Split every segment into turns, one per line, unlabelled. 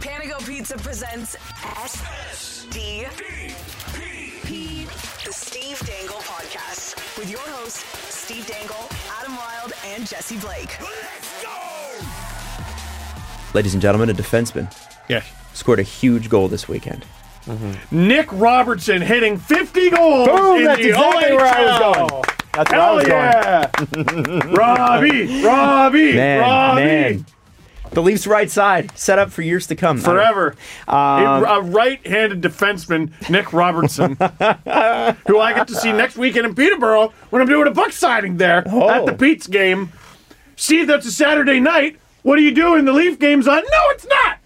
Panago Pizza presents SD P, the Steve Dangle Podcast, with your hosts, Steve Dangle, Adam Wilde, and Jesse Blake.
Ladies and gentlemen, a defenseman
Yeah.
scored a huge goal this weekend.
Nick Robertson hitting 50 goals. in
that's
the
exactly where I was
OHL.
going. That's where I
Hell
was going.
yeah. Robbie, Robbie,
Man,
Robbie.
man. The Leafs' right side set up for years to come.
Forever.
um,
It- a right handed defenseman, Nick Robertson, who I get to see next weekend in Peterborough when I'm doing a book signing there
Oh.
at the Pete's game. Steve, that's a Saturday night. What are you doing? The Leaf game's on. No, it's not.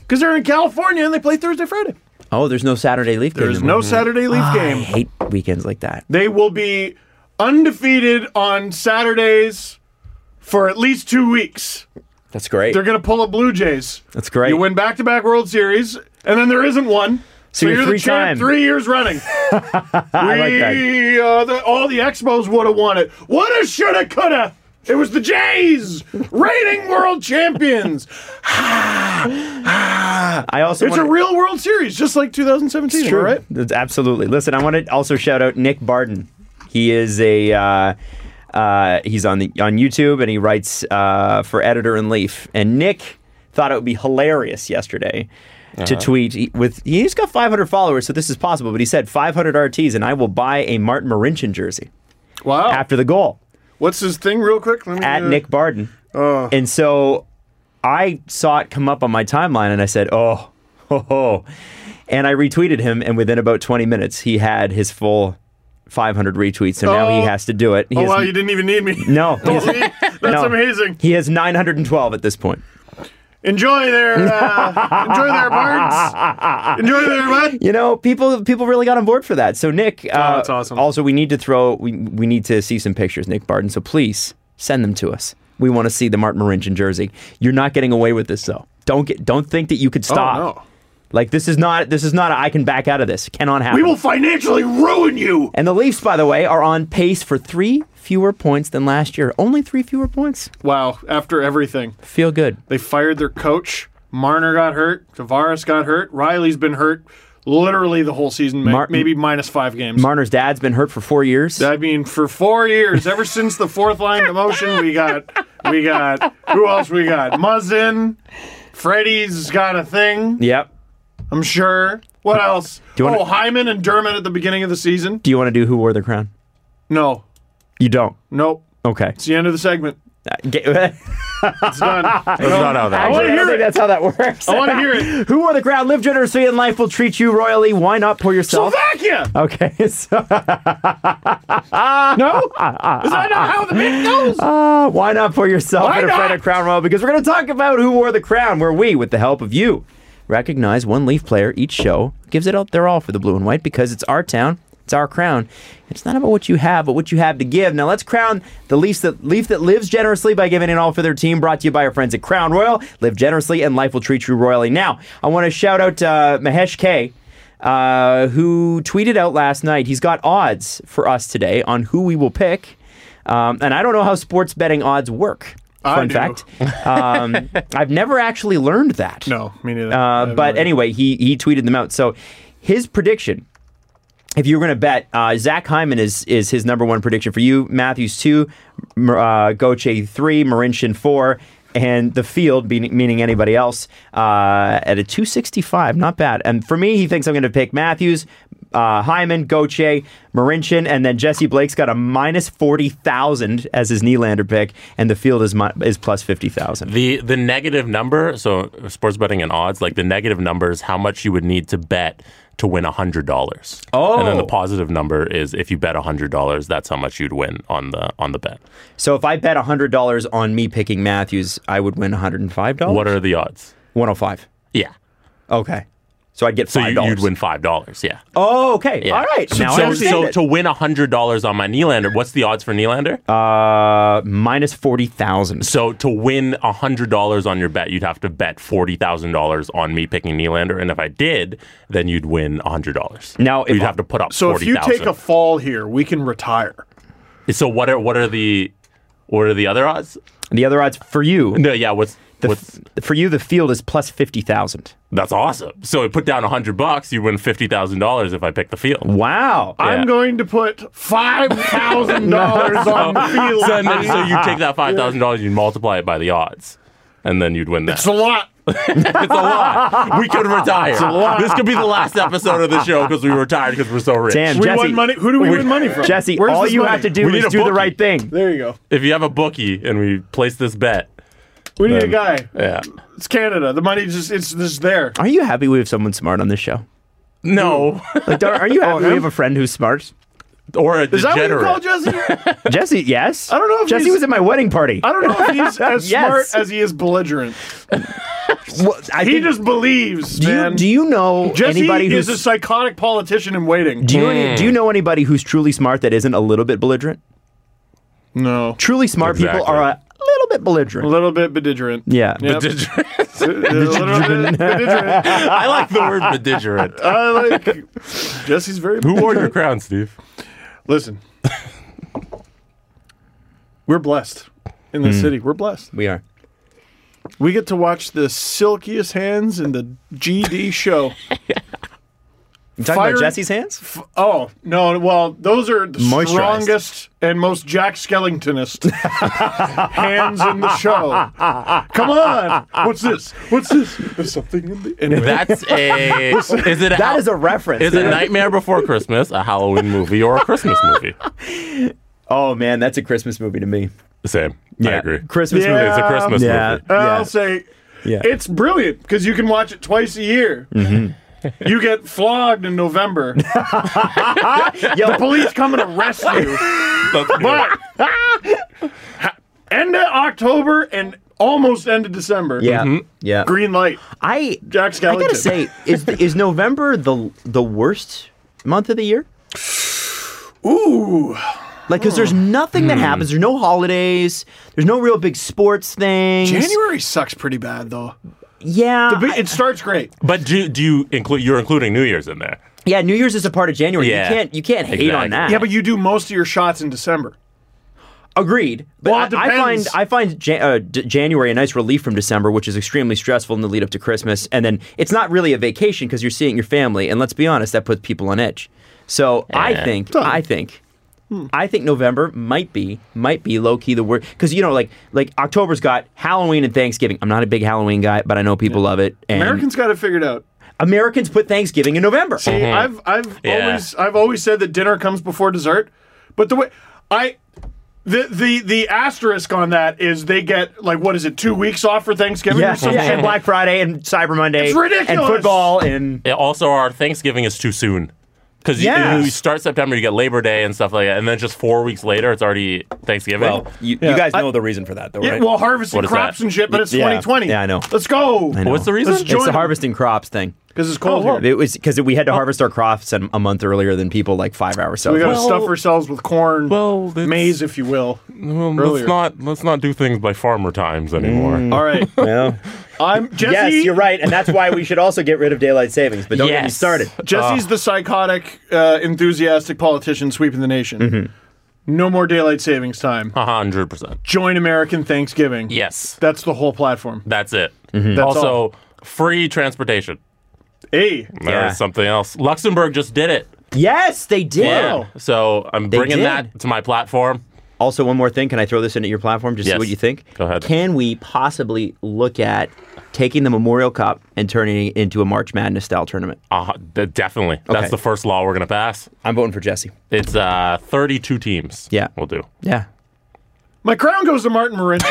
Because they're in California and they play Thursday, Friday.
Oh, there's no Saturday Leaf game.
There's no
anymore.
Mm-hmm.
Saturday Leaf
Ah,
I
game.
hate weekends like that.
They will be undefeated on Saturdays for at least two weeks.
That's great.
They're going to pull up Blue Jays.
That's great.
You win back to back World Series, and then there isn't one.
So you're
you're the
three-time.
champ three years running.
I like that.
We, uh, the- all the Expos would have won it. Woulda, shoulda, coulda. It was the Jays, reigning world champions.
I also
It's a
wanna-
real World Series, just like 2017,
It's true.
all right?
That's absolutely. Listen, I want to also shout out Nick Barden. He is a uh, uh, he's on the on YouTube and he writes uh, for Editor and Leaf. And Nick thought it would be hilarious yesterday to tweet he- with he's got 500 followers, so this is possible. But he said 500 RTs and I will buy a Martin Marincin jersey
Wow.
after the goal
What's his thing, real quick? Let me,
at
uh,
Nick Barden.
Oh.
And so I saw it come up on my timeline and I said, oh, ho, ho. And I retweeted him. And within about 20 minutes, he had his full 500 retweets. So now he
Oh.
has to do it. He
Oh,
has-
wow, you didn't even need me.
No. he has-
That's
no.
amazing.
He has 912 at this point.
Enjoy their uh, enjoy their birds. Enjoy their bud.
You know, people people really got on board for that. So Nick, uh,
Oh, that's awesome.
Also, we need to throw we we need to see some pictures, Nick Barden. So please send them to us. We want to see the Martin Marincin jersey. You're not getting away with this though. Don't get don't think that you could stop.
Oh, no.
Like this is not this is not a, I can back out of this. Cannot happen.
We will financially ruin you.
And the Leafs, by the way, are on pace for three fewer points than last year. Only three fewer points.
Wow, after everything.
Feel good.
They fired their coach. Marner got hurt. Tavares got hurt. Riley's been hurt literally the whole season, ma-
Mar-
maybe minus five games.
Marner's dad's been hurt for four years.
I mean, for four years, ever since the fourth line demotion, we got, we got, who else we got? Muzzin. Freddie's got a thing,
yep.
I'm sure. What else?
you wanna-
oh, Hyman and Dermott at the beginning of the season?
Do you want to do who wore the crown?
No.
You don't.
Nope.
Okay.
It's the end of the segment.
Uh, get-
It's done. I
not how that
I want to
I don't
hear
think
it.
that's how that works.
I want to hear it.
Who wore the crown? Live generously and life will treat you royally. Why not pour yourself?
Slovakia.
okay. So,
No? Is that not how the bit goes?
uh, why not pour yourself
Why
in a friend
not?
of Crown Royal? Because we're going to talk about who wore the crown, where we, with the help of you, recognize one Leaf player each show, gives it up their all for the blue and white because it's our town. It's our crown. It's not about what you have, but what you have to give. Now let's crown the Leafs that Leaf that lives generously by giving it all for their team. Brought to you by our friends at Crown Royal. Live generously, and life will treat you royally. Now I want to shout out uh, Mahesh K uh, who tweeted out last night. He's got odds for us today on who we will pick. Um, and I don't know how sports betting odds work.
I
Fun
do.
fact. Um, I've never actually learned that.
No, me neither.
Uh, but anyway, he, he tweeted them out. So his prediction, if you were going to bet, uh, Zach Hyman is is his number one prediction for you. Matthews two, M- uh, Goche three, Marincin four, and the field, be- meaning anybody else, uh, at a two sixty five. Not bad. And for me, he thinks I'm going to pick Matthews. Uh, Hyman, Goche, Marincin, and then Jesse Blake's got a minus forty thousand as his Nylander pick, and the field is mi- is plus fifty thousand.
The the negative number, so sports betting and odds, like the negative number is how much you would need to bet to win hundred dollars.
Oh.
and then the positive number is if you bet hundred dollars, that's how much you'd win on the on the bet.
So if I bet $100 on me picking Matthews, I would win $105?
What are the odds?
105.
Yeah,
Okay. So I'd get $5.
so you, would win five dollars. Yeah.
Oh, okay.
Yeah.
All right.
So,
now I
so,
understand
so
it.
to win hundred dollars on my Nylander, what's the odds for Nylander?
uh, minus 40,000.
so to win hundred dollars on your bet, you'd have to bet forty thousand dollars on me picking Nylander, and if I did, then you'd win hundred dollars.
Now, if
you'd
I-
have to put up.
so if you
40,000.
take a fall here, we can retire.
So what are what are the what are the other odds?
The other odds for you,
No, yeah, what's
The
With-
f- for you, the field is plus 50,000.
That's awesome. So I put down hundred bucks. You win fifty thousand dollars if I pick the field.
Wow.
I'm
Yeah.
going to put five thousand dollars on the field.
So, and then- so you take that five thousand dollars, you multiply it by the odds, and then you'd win that.
It's a lot.
It's a lot. We could retire. This could be the last episode of the show because we retired because we're so rich.
Damn,
We
Jesse.
won money. Who do we win money from?
Jesse,
Where's
all
this
you
money?
have to do
We need
is
a
do the
bookie.
right thing.
There you go.
If you have a bookie and we place this bet,
We need a
Then-
guy.
yeah.
It's Canada. The money just it's just there.
Are you happy we have someone smart on this show?
No.
Like, don't- are you happy we
him?
have a friend who's smart?
or a
Is that what you
degenerate.
call Jesse?
Jesse, yes. I
don't know if
Jesse
he's-
was at my wedding party.
I don't know if he's as
Yes.
smart as he is belligerent.
Well, I
He
think-
just believes,
do you,
man.
do you know
Jesse
anybody who's
is a psychotic politician in waiting.
do you,
Hmm.
any- do you know anybody who's truly smart that isn't a little bit belligerent?
no.
Truly smart people
Exactly.
are a little bit
A
belligerent.
little bit belligerent.
Yeah.
Yep.
Degenerate.
A little bit belligerent.
I like the word belligerent.
I like Jesse's very.
Who wore your crown, Steve?
Listen, we're blessed in this city. We're blessed.
We are.
We get to watch the silkiest hands in the GD show.
You talking
Fire-
about Jesse's hands?
Oh no! Well, those are the
Moisturized.
strongest and most Jack Skellingtonist hands in the show. Come on! What's this? What's this? There's something in the. Anyway.
That's a. Is it a
That is a reference.
Is it
man.
Nightmare Before Christmas, a Halloween movie, or a Christmas movie?
oh man, that's a Christmas movie to me.
Same. I agree.
Christmas
Yeah.
It's
movie.
a Christmas
Yeah.
movie.
I'll say
Yeah.
it's brilliant because you can watch it twice a year.
Mm-hmm.
you get flogged in November. the police come and arrest you.
That's good.
But end of October and almost end of December.
yeah.
Mm-hmm.
Yeah.
Green light.
I
Jack
I gotta
Skellington.
say, is is November the the worst month of the year?
Ooh.
Like, because there's nothing
Hmm.
that happens. There's no holidays. There's no real big sports things.
January sucks pretty bad though.
Yeah.
But it starts great.
But do, do you include, you're including New Year's in there?
yeah. New Year's is a part of January.
Yeah.
You can't. You can't hate on
Exactly.
that.
Yeah, but you do most of your shots in December.
agreed. But
Well, it
I, I find
depends.
I find Jan- uh, D- January a nice relief from December, which is extremely stressful in the lead up to Christmas, and then it's not really a vacation because you're seeing your family. And let's be honest, that puts people on edge. So I
Eh.
think. I think.
Hmm.
I think November might be might be low key the worst because you know like like October's got Halloween and Thanksgiving. I'm not a big Halloween guy, but I know people love it. And
Americans got it figured out.
Americans put Thanksgiving in November.
See, I've I've
Yeah.
always I've always said that dinner comes before dessert, but the way I the the the asterisk on that is they get like what is it two weeks off for Thanksgiving
yeah,
or something?
yeah, and Black Friday and Cyber Monday
It's ridiculous.
and football and
Yeah, also, our Thanksgiving is too soon. Because you,
Yes.
you start September, you get Labor Day and stuff like that, and then just four weeks later, it's already Thanksgiving.
you,
Yeah.
guys know the reason for that though,
Yeah, well, harvesting
What is that?
crops and shit, but it's
Yeah.
2020.
Yeah, I know.
Let's go.
know. Oh,
What's the reason?
Let's
It's
join Oh.
the
them.
harvesting crops thing.
Because it's cold here.
It was because we had to harvest our crops a, a month earlier than people, like five hours. So
We got to
Well-
stuff ourselves with corn,
Well, that's-
maize, if you will.
Well,
Earlier.
Mm, let's not let's not do things by farmer times anymore.
Mm.
All right. I'm Jesse.
yes, you're right, and that's why we should also get rid of daylight savings. But don't get me
Yes.
started.
Ah.
Jesse's the psychotic, uh, enthusiastic politician sweeping the nation.
Mm-hmm.
No more daylight savings time.
A hundred percent.
Join American Thanksgiving.
Yes,
That's the whole platform.
that's it.
Mm-hmm.
That's
also,
all.
free transportation.
Hey,
Yeah.
There's something else. Luxembourg just did it.
Yes, they did.
Wow.
So I'm bringing
Oh. did?
that to my platform.
Also, one more thing. Can I throw this in at your platform? Just see
Yes.
what you think.
Go ahead.
Can we possibly look at taking the Memorial Cup and turning it into a March Madness style tournament?
Uh, d- definitely.
Okay.
That's the first law we're gonna pass.
I'm voting for Jesse.
It's uh 32 teams.
Yeah.
we'll do.
Yeah.
my crown goes to Martin Marinci.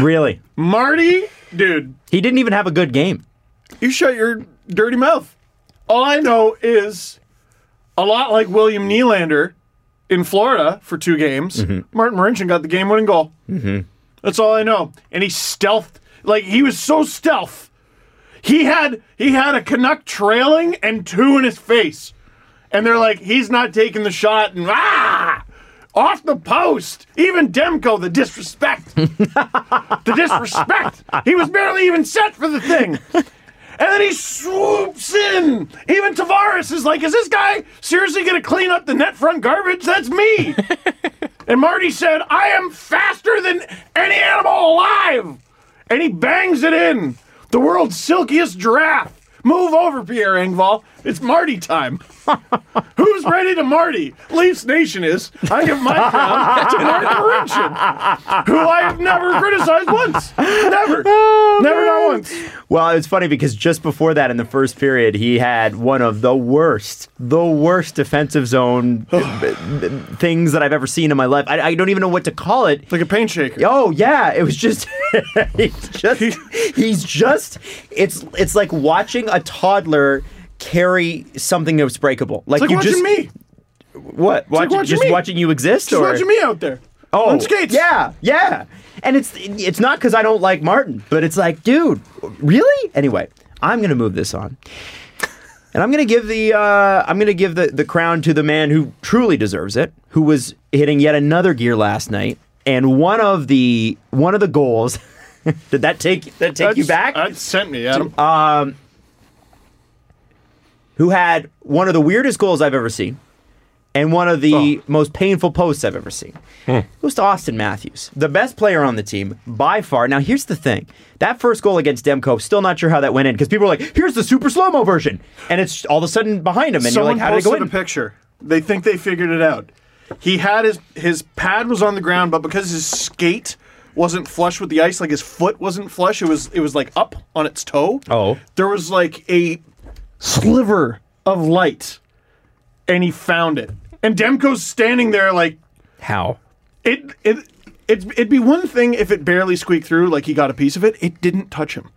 Really?
Marty, dude,
He didn't even have a good game.
you shut your dirty mouth. All I know is a lot like William Nylander in Florida for two games, Martin Marincin got the game winning goal. That's all I know. And he stealthed, like, he was so stealth. He had he had a Canuck trailing and two in his face. And they're like, he's not taking the shot and ah off the post. Even Demko, the disrespect. the disrespect. He was barely even set for the thing. And then he swoops in. Even Tavares is like, is this guy seriously going to clean up the net front garbage? That's me. And Marty said, I am faster than any animal alive. And he bangs it in. The world's silkiest giraffe. Move over, Pierre Engvall. It's Marty time. Who's ready to Marty? Leafs Nation is. I give my crown to Martin Marincin, who I have never criticized once. Never. never, not once.
Well, it was funny because just before that, in the first period, he had one of the worst, the worst defensive zone things that I've ever seen in my life. I, I don't even know what to call it.
Like a paint shaker.
Oh yeah, it was just he's just he's just it's it's like watching a toddler carry something that's breakable. Like,
It's like
you
watching
just
me.
what watching,
watching
just
me.
watching you exist
Just
or
watching me out there.
oh
On skates.
yeah yeah. And it's it's not because I don't like Martin, but it's like dude, really? Anyway, I'm gonna move this on. And I'm gonna give the uh, I'm gonna give the, the crown to the man who truly deserves it, who was hitting yet another gear last night, and one of the one of the goals. did that take did that take you back?
That's- That Uh, sent me, Adam.
who had one of the weirdest goals I've ever seen, and one of the
Oh.
most painful posts I've ever seen.
Hmm.
Goes to Austin Matthews, the best player on the team by far. Now here's the thing: that first goal against Demko, still not sure how that went in because people are like, "Here's the super slow mo version," and it's all of a sudden behind him, and
Someone
you're like, "How did it
posted
go in?"
a picture. They think they figured it out. He had his his pad was on the ground, but because his skate wasn't flush with the ice, like his foot wasn't flush, it was it was like up on its toe.
Oh.
there was like a sliver of light, and he found it. And Demko's standing there like
how?
it it. It'd, it'd be one thing if it barely squeaked through, like he got a piece of it. It didn't touch him.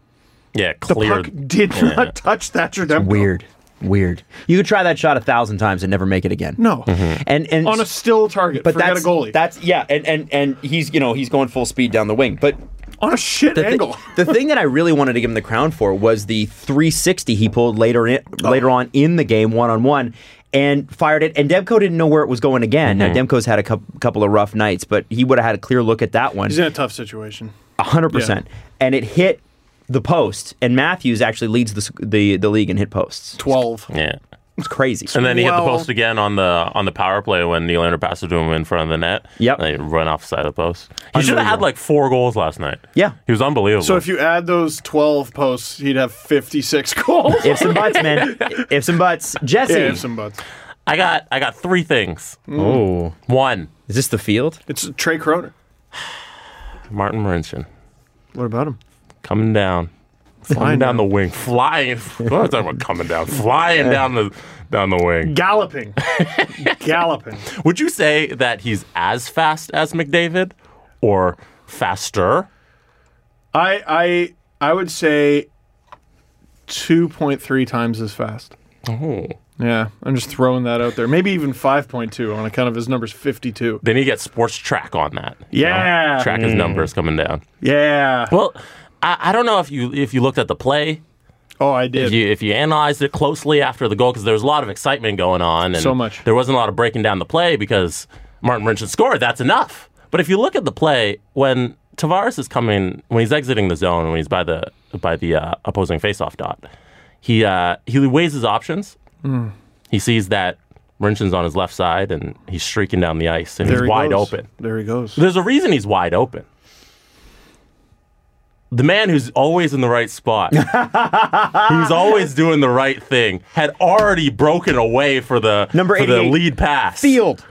Yeah,
The
clear.
puck did
Yeah.
not touch Thatcher Demko.
Weird, weird. You could try that shot a thousand times and never make it again.
No.
Mm-hmm.
and and
On a still target.
but
forget
that's
a goalie.
That's yeah, and and and he's you know he's going full speed down the wing, but
on a shit
thi-
angle.
the thing that I really wanted to give him the crown for was the 360 he pulled later in,
Oh.
later on in the game, one on one, and fired it. And Demko didn't know where it was going again.
Mm-hmm.
Now Demko's had a cou- couple of rough nights, but he would have had a clear look at that one,
He's in a tough situation.
Ah.
hundred percent.
Yeah.
And it hit the post. And Matthews actually leads the s- the, the league in hit posts.
12.
Yeah.
It's crazy.
And then he hit the
Well-
post again on the on the power play when Nylander passed it to him in front of the net.
Yep.
And he run off the side of the post. He should have had
Unbelievable.
like four goals last night.
Yeah.
He was unbelievable.
So if you add those 12 posts, he'd have 56 goals.
Ifs and butts, man. Ifs and butts. Jesse.
yeah, if some butts.
I got I got three things.
oh,
One,
is this the field?
It's Trey Croner.
Martin Marincin
What about him?
coming down. Flying down the wing, flying. What am I talking about? Coming down, flying down the down the wing.
Galloping. Galloping.
Would you say that he's as fast as McDavid, or faster?
I I I would say 2.3 times as fast.
Oh.
Yeah, I'm just throwing that out there. Maybe even 5.2 on account of his numbers 52.
Then you get sports track on that. you know?
Yeah.
track his numbers coming down.
Yeah.
Hmm. Well, I, I don't know if you if you looked at the play,
Oh, I
if
did.
you if you analyzed it closely after the goal, because there was a lot of excitement going on, and
So much.
There wasn't a lot of breaking down the play because Martin Rinchin scored. That's enough. But if you look at the play when Tavares is coming, when he's exiting the zone, when he's by the by the uh, opposing faceoff dot, he uh, he weighs his options.
Hmm.
He sees that Rinchin's on his left side, and he's streaking down the ice, and
There
he's
he
wide
goes.
open.
There he goes.
There's a reason he's wide open. The man who's always in the right spot, who's always doing the right thing, had already broken away for the
Number
for the
88.
lead pass.
Field.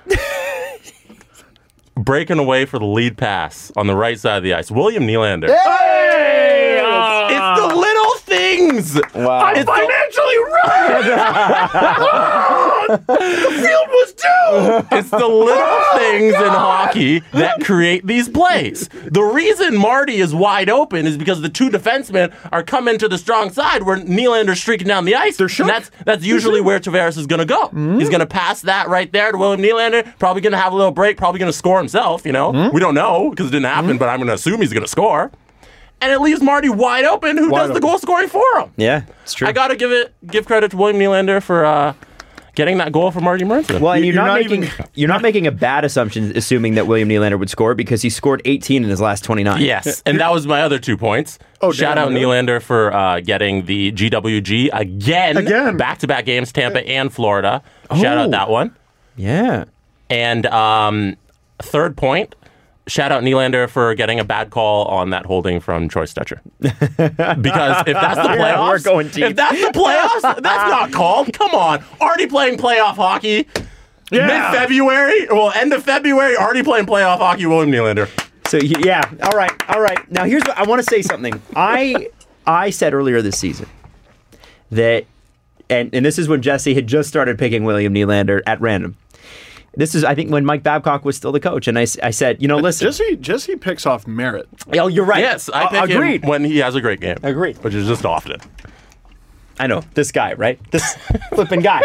Breaking away for the lead pass on the right side of the ice. William Nylander. It's the little things.
Wow.
It's the-
Financially right! the field was due!
It's the little things in hockey that create these plays. The reason Marty is wide open is because the two defensemen are coming to the strong side where Nylander's streaking down the ice. They're
shook.
And that's that's usually where Tavares is going to go. He's going to pass that right there to William Nylander. Probably going to have a little break. Probably going to score himself. You know, we don't know because it didn't happen, but I'm going to assume he's going to score. And it leaves Marty wide open, who
Wide
does the
open.
goal scoring for him.
Yeah, it's true.
I got to give it give credit to William Nylander for uh, getting that goal for Marty Mercer.
Well, and
You-
you're,
you're
not,
not
making
even-
you're not making a bad assumption assuming that William Nylander would score because he scored 18 in his last 29.
Yes, and that was my other two points.
Oh,
Shout
damn.
out Nylander for uh, getting the GWG again.
Again.
Back to back games, Tampa and Florida. Shout
Oh.
out that one.
Yeah.
And um, third point. Shout out Nylander for getting a bad call on that holding from Troy Stetcher. Because if that's the
Yeah,
playoffs,
we're going deep.
if that's the playoffs, that's not called. Come on, already playing playoff hockey. Mid February, well, end of February, already playing playoff hockey. William Nylander.
So y- yeah, all right, all right. Now here's what I want to say something. I I said earlier this season that, and and this is when Jesse had just started picking William Nylander at random. This is I think when Mike Babcock was still the coach, and I, s- I said, you know, listen,
Jesse Jesse picks off merit.
oh, you're right.
Yes, I
A-
pick
agreed.
him when he has a great game.
Agreed.
Which is just often.
I know this guy, right? This flipping guy,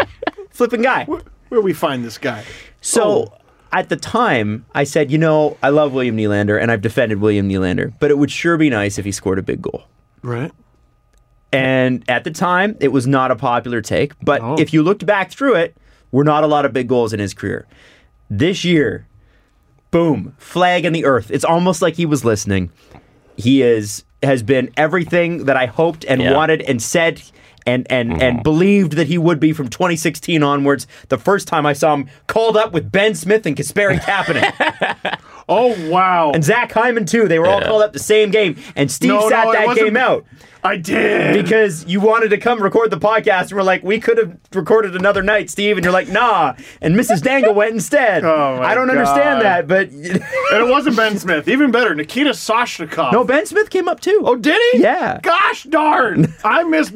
flipping guy.
Where we find this guy?
So at the time, I said, you know, I love William Nylander, and I've defended William Nylander, but it would sure be nice if he scored a big goal.
Right.
And at the time, it was not a popular take. But
Oh.
if you looked back through it, were not a lot of big goals in his career. This year, boom, flag in the earth. It's almost like he was listening. He is has been everything that I hoped and
Yeah.
wanted and said and and
Mm-hmm.
and believed that he would be from 2016 onwards. The first time I saw him called up with Ben Smith and Kasperi Kapanen
Oh wow.
and Zach Hyman too. They were all
Yeah.
called up the same game, and Steve
No,
sat
no, it
that
wasn't-
game out
I did.
because you wanted to come record the podcast and we're like, we could have recorded another night, Steve, and you're like, nah. And Mrs. Dangle went instead.
Oh, my
I don't
God.
understand that, but
and it wasn't Ben Smith. Even better, Nikita Soshnikov.
no, Oh, Ben Smith came up too.
Oh, did he?
Yeah.
Gosh darn! I missed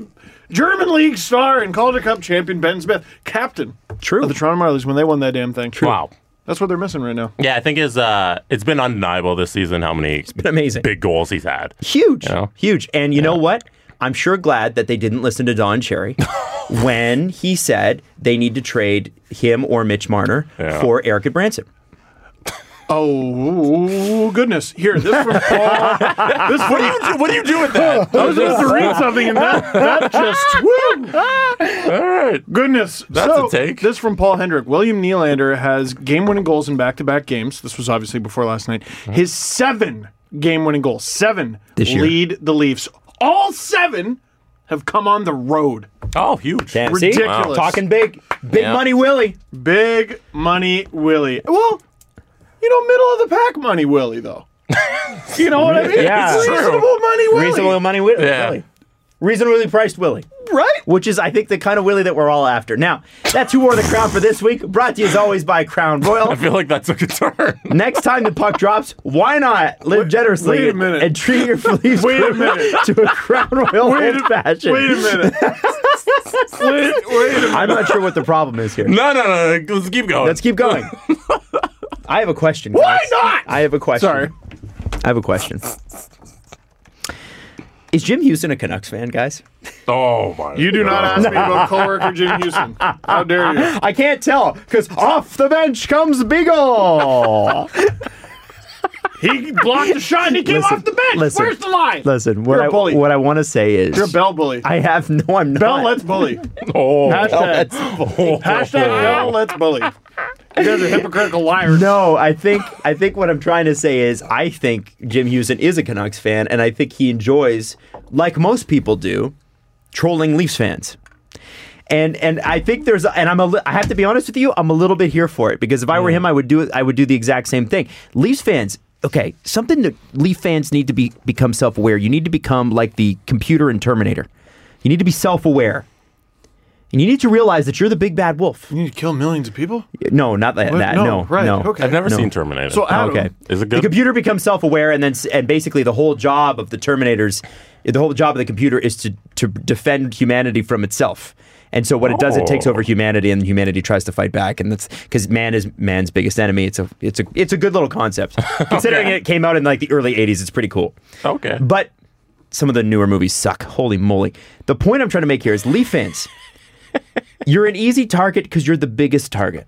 German League star and Calder Cup champion Ben Smith, captain.
True.
Of the Toronto Marlies when they won that damn thing. True.
Wow.
That's what they're missing right now.
Yeah, I think is uh, it's been undeniable this season how many
Been amazing,
big goals he's had.
huge,
know?
huge. And you know what? I'm sure glad that they didn't listen to Don Cherry when he said they need to trade him or Mitch Marner
Yeah.
for Eric Branson.
Oh goodness! Here, this from Paul. this
What do you do, what do you do with that?
I was about to read something and that that just woo.
All right.
goodness.
That's
So,
a take.
This from Paul Hendrick. William Nylander has game-winning goals in back-to-back games. This was obviously before last night.
Mm-hmm.
His seven game-winning goals, seven
This year.
lead the Leafs. All seven have come on the road.
Oh, huge.
Damn, see?
Ridiculous.
Talking big, big
Yeah.
money, Willie.
Big money Willie. Well, you know, middle of the pack money Willie though. you know what I mean?
Yeah.
It's
True.
reasonable money Willie.
Reasonable money, Willie.
Yeah.
Willie. Reasonably priced, Willie.
right?
which is, I think, the kind of Willie that we're all after. Now, that's who wore the crown for this week. Brought to you as always by Crown Royal.
I feel like that's a good turn.
Next time the puck drops, why not live generously
wait a minute.
and treat your Leafs
Wait a
crew
minute.
to a Crown Royal
Wait
old
a-
fashioned?
Wait a minute. wait, wait a minute.
I'm not sure what the problem is here.
No, no, no. no, Let's keep going.
Let's keep going. I have a question.
Why
guys.
not?
I have a question.
Sorry.
I have a question. Is Jim Houston a Canucks fan, guys?
Oh my.
You do not
God.
ask me about coworker Jim Houston. How dare you?
I can't tell because off the bench comes Beagle.
He blocked the shot and he came
Listen,
off the bench.
listen,
Where's the line?
Listen, what
You're a
I,
bully.
what I want to say is
You're a bell bully.
I have no. I'm not.
bell let's bully.
Oh.
Hashtag,
Oh.
hashtag bell let's bully. You guys are hypocritical liars.
no, I think I think what I'm trying to say is I think Jim Houston is a Canucks fan, and I think he enjoys, like most people do, trolling Leafs fans. And and I think there's and I'm a li- I have to be honest with you, I'm a little bit here for it because if I were him, I would do it. I would do the exact same thing. Leafs fans. Okay, something that Leaf fans need to be become self-aware. You need to become like the computer in Terminator. You need to be self-aware. And you need to realize that you're the big bad wolf.
You need to kill millions of people?
No, not that.
What?
that
No,
no,
right,
no.
okay.
I've never
No.
seen Terminator.
So Adam,
Okay.
Is it
The
good?
computer becomes self-aware, and then s- and basically the whole job of the Terminators, the whole job of the computer is to to defend humanity from itself. And so what it does, it takes
Oh.
over humanity, and humanity tries to fight back. And that's because man is man's biggest enemy. It's a it's a it's a good little concept, considering it came out in like the early '80s. It's pretty cool.
okay.
But some of the newer movies suck. Holy moly. The point I'm trying to make here is Leaf fans, you're an easy target because you're the biggest target.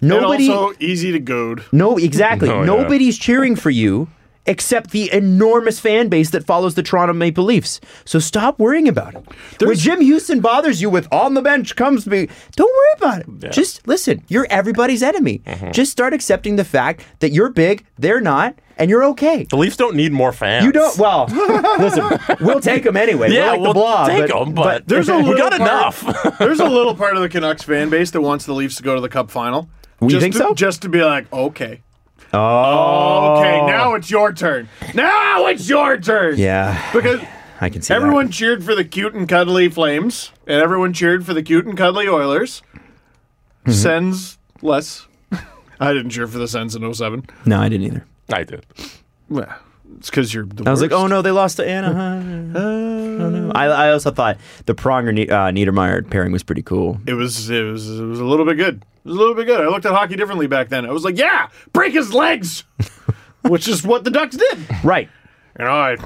Nobody,
And also easy to goad.
no, exactly.
No, yeah.
Nobody's cheering for you except the enormous fan base that follows the Toronto Maple Leafs. So stop worrying about it. when Jim Houston bothers you with on the bench comes me, don't worry about it. Just listen, you're everybody's enemy. Just start accepting the fact that you're big, they're not, and you're okay.
the Leafs don't need more fans.
You don't. Well, listen, we'll take them anyway. We're
Yeah,
like
we'll
the blob,
take
but,
'em, but
There's a
we
little
got
part-
enough.
There's a little part of the Canucks fan base that wants the Leafs to go to the Cup final.
You
just
think
to,
so?
Just to be like, okay.
Oh.
Okay, now it's your turn. Now it's your turn.
Yeah.
Because
I can see that.
everyone cheered for the cute and cuddly Flames, and everyone cheered for the cute and cuddly Oilers.
Mm-hmm.
Sens less. I didn't cheer for the Sens in 07.
No, I didn't either.
I did.
Well, it's because you're the
I was like, oh no, they lost to Anaheim. oh no. I, I also thought the Pronger Ne- uh, Niedermeyer pairing was pretty cool.
It was it was it was a little bit good. It was a little bit good. I looked at hockey differently back then. I was like, yeah, break his legs, which is what the Ducks did.
Right.
You know, I,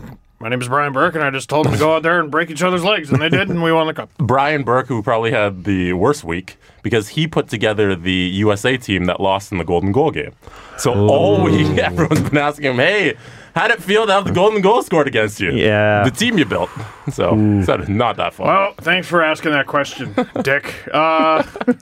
my name is Brian Burke, and I just told them to go out there and break each other's legs, and they did, and we won the cup.
Brian Burke, who probably had the worst week because he put together the USA team that lost in the Golden Goal game. So all week, everyone's been asking him, hey, how'd it feel to have the Golden Goal scored against you?
Yeah.
The team you built. So, so it's not that fun.
Well, thanks for asking that question, Dick. Uh,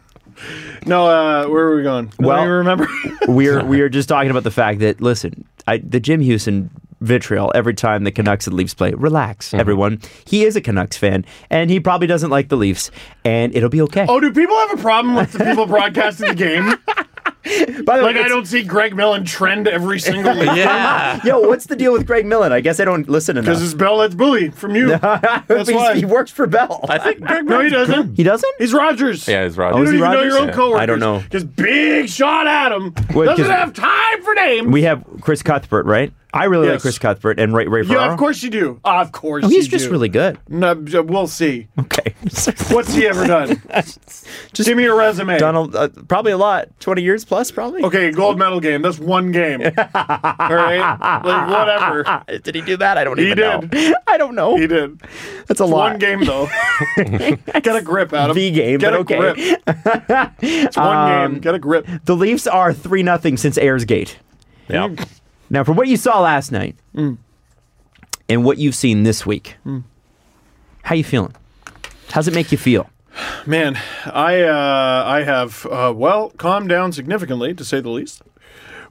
no, uh, where were we going? I
Well-
don't even remember.
We're we are just talking about the fact that listen, I, the Jim Houston vitriol every time the Canucks and Leafs play. Relax,
Mm-hmm.
everyone. He is a Canucks fan, and he probably doesn't like the Leafs, and it'll be okay.
oh, do people have a problem with the people broadcasting the game?
By the
Like, I
it's-
don't see Greg Millen trend every single league.
yeah.
Yo, what's the deal with Greg Millen? I guess I don't listen enough.
Because it's Bell that's bully from you. That's
He's-
why.
he works for Bell.
I think Greg
No, he
Brown's good.
doesn't.
He doesn't.
He's Rogers.
Yeah, he's Rogers.
Oh,
You
is
don't
he
even know
Rogers?
your own
Yeah.
coworkers.
I don't know.
Because Big Sean Adam
Wait,
doesn't
'cause-
have time for names.
We have Chris Cuthbert, right? I really like
Yes.
Chris Cuthbert and Ray Ray Ferraro.
yeah, of course you do. Of course
Oh, He's
you
just
do.
really good.
No, j- we'll see.
Okay.
What's he ever done?
Just
Give me a resume.
Donald, uh, probably a lot. 20 years plus, probably.
Okay, gold medal game. That's one game. All right, like whatever
Uh, Did he do that? I don't
He
even know.
did.
I don't know.
he did.
That's a lot.
One game though. Get a grip, Adam.
The game,
Get
but
a
okay. Um,
grip. It's one game. Get a grip.
The Leafs are 3 nothing since Airsgate.
Yeah.
Now, from what you saw last night
Mm.
and what you've seen this week, how you feeling? How's it make you feel?
Man, I uh, I have uh, well calmed down significantly, to say the least.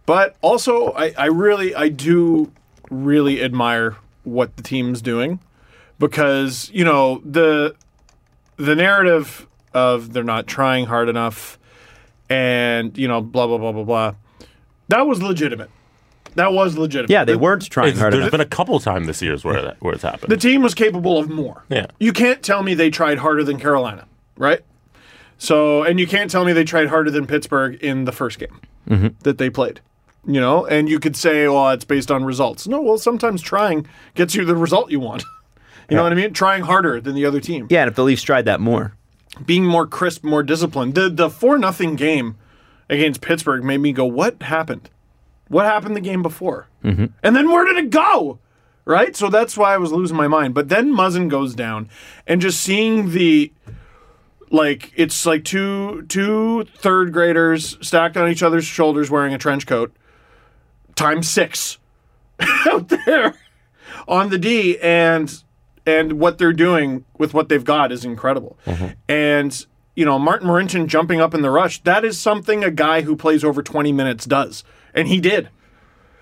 But also, I, I really I do really admire what the team's doing because you know the the narrative of they're not trying hard enough and you know blah blah blah blah blah that was legitimate. That was legitimate.
Yeah, they
The-
weren't trying
It's,
hard
there's
enough.
been a couple times this year's where that, where it's happened.
The team was capable of more.
Yeah.
You can't tell me they tried harder than Carolina, right? So, and you can't tell me they tried harder than Pittsburgh in the first game
Mm-hmm.
that they played. You know, and you could say, well, it's based on results. No, well, sometimes trying gets you the result you want. You know what I mean? Trying harder than the other team,
yeah, and if the Leafs tried that more.
being more crisp, more disciplined. The the four nothing game against Pittsburgh made me go, what happened? What happened the game before? Mm-hmm. And then where did it go? Right? So that's why I was losing my mind. But then Muzzin goes down and just seeing the like it's like two two third graders stacked on each other's shoulders wearing a trench coat times six out there on the D and and what they're doing with what they've got is incredible. And you know, Martin Marincin jumping up in the rush, that is something a guy who plays over 20 minutes does. And he did.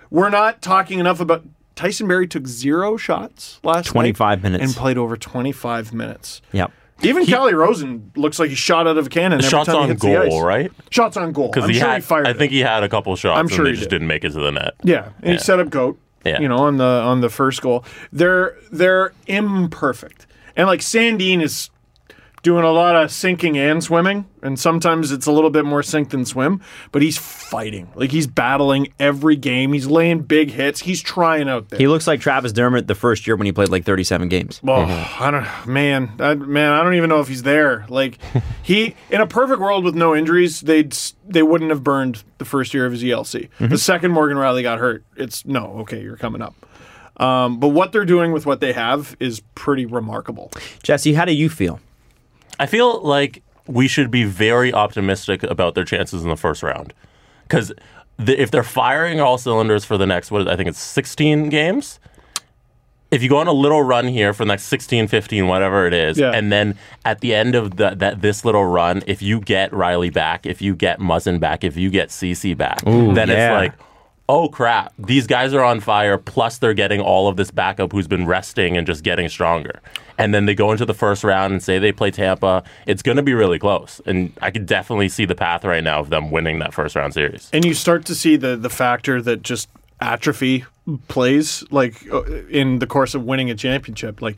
We're not talking enough about Tyson Berry took zero shots last night
25 minutes.
and played over 25 minutes.
Yep.
Even Kelly Rosen looks like he shot out of a cannon. Every
Shots
time he
on
hits the ice.
goal, right?
Shots on goal. I'm
he
sure
had,
he fired.
I think he had a couple shots.
I'm sure
and they
he
just
did.
not make it to the net.
it. Yeah, and he set up goat.
Yeah.
You know, on the on the first goal, they're they're imperfect, and like Sandine is doing a lot of sinking and swimming, and sometimes it's a little bit more sink than swim. But he's fighting, like he's battling every game. He's laying big hits. He's trying out there.
He looks like Travis Dermott the first year when he played like 37 games.
Oh, I don't, man, I, man, I don't even know if he's there. Like, he in a perfect world with no injuries, they'd s- they wouldn't have burned the first year of his ELC. The second Morgan Riley got hurt, it's no, okay, you're coming up. Um, but what they're doing with what they have is pretty remarkable.
Jesse, how do you feel?
I feel like we should be very optimistic about their chances in the first round. Because the, if they're firing all cylinders for the next, what is, I think it's 16 games. If you go on a little run here for the next 16, 15, whatever it is,
Yeah.
and then at the end of the, that this little run, if you get Riley back, if you get Muzzin back, if you get CC back, then
yeah.
it's like, oh crap, these guys are on fire, plus they're getting all of this backup who's been resting and just getting stronger. And then they go into the first round and say they play Tampa. It's going to be really close. And I could definitely see the path right now of them winning that first round series.
and you start to see the the factor that just atrophy plays like uh, in the course of winning a championship like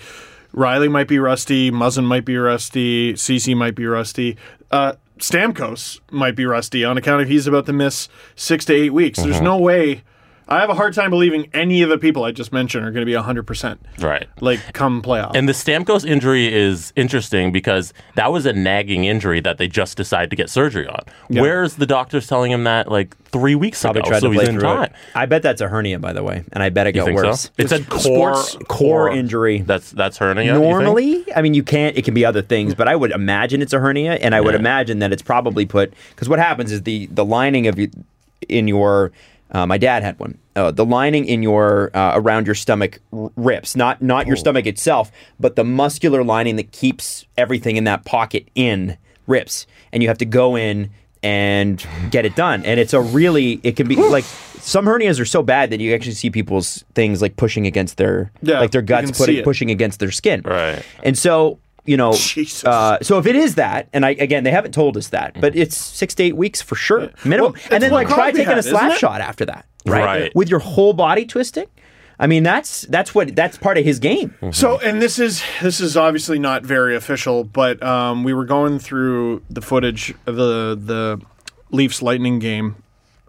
Riley might be rusty, Muzzin might be rusty, CC might be rusty, uh, Stamkos might be rusty on account of he's about to miss six to eight weeks. There's no way. I have a hard time believing any of the people I just mentioned are going to be 100%.
Right.
Like, come playoff.
And the Stamkos injury is interesting because that was a nagging injury that they just decided to get surgery on. Where's the doctors telling him that like three weeks
Probably
ago?
tried
so
to
he's
play
in
through
time.
it. I bet that's a hernia, by the way, and I bet it
You
got
think
worse.
so? It's a core
sports-
core injury.
That's that's hernia. you think?
Normally, I mean, you can't. It can be other things, but I would imagine it's a hernia, and I would
Yeah.
imagine that it's probably put because what happens is the the lining of y- in your uh, my dad had one. Uh, the lining in your uh, around your stomach r- rips, not not
Oh.
your stomach itself, but the muscular lining that keeps everything in that pocket in rips, and you have to go in and get it done. And it's a really it can be like some hernias are so bad that you actually see people's things like pushing against their
Yeah,
like their
you
guts
can see
putting
it.
pushing pushing against their skin.
Right.
And so, you know,
Jesus.
uh, so if it is that, and I again, they haven't told us that, but it's six to eight weeks for sure, minimum.
Well,
and
it's
then
what
like try
Crosby
taking
had,
a
isn't
slap
it?
shot after that, right?
Right.
With your whole body twisting. I mean, that's that's what that's part of his game.
So, and this is this is obviously not very official, but um, we were going through the footage of the the Leafs Lightning game,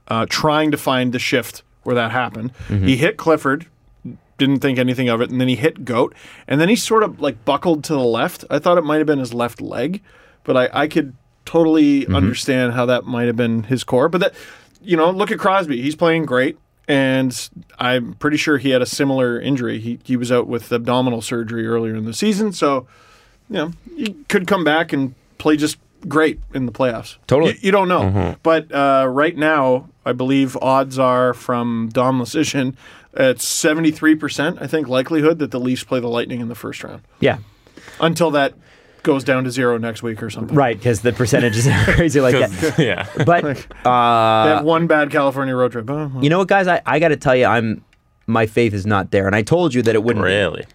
uh, trying to find the shift where that happened. He hit Clifford, didn't think anything of it, and then he hit Goat, and then he sort of like buckled to the left. I thought it might have been his left leg, but I, I could totally understand how that might have been his core. But that, you know, look at Crosby; he's playing great, and I'm pretty sure he had a similar injury. He he was out with abdominal surgery earlier in the season, so you know he could come back and play just great in the playoffs.
Totally. Mm-hmm.
You, you don't know. But uh, right now, I believe odds are from Dom Lecision at 73%, I think, likelihood that the Leafs play the Lightning in the first round
Yeah.
until that goes down to zero next week or something.
Right, because the percentages are crazy like that.
yeah.
But
They have one bad California road trip. Oh, well.
you know what, guys, I, I got to tell you, I'm my faith is not there, and I told you that it wouldn't. be.
Really.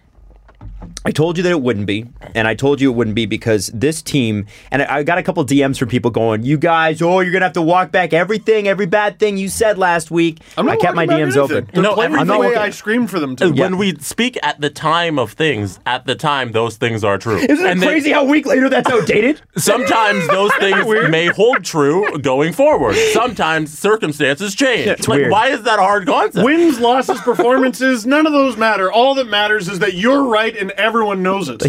I told you that it wouldn't be, and I told you it wouldn't be because this team, and I, I got a couple DMs from people going, "You guys, oh, you're gonna have to walk back everything, every bad thing you said last week."
I'm not
I kept my
worried about
DMs
anything.
open.
They're
No,
playing
I'm
the
not
way
worried.
I scream for them to.
When we speak at the time of things, at the time, those things are true.
Isn't it
And they-
crazy how a week later that's outdated?
Sometimes those things may hold true going forward. Sometimes circumstances change. like,
weird.
why is that a hard concept?
Wins, losses, performances, none of those matter. All that matters is that you're right and everyone knows it.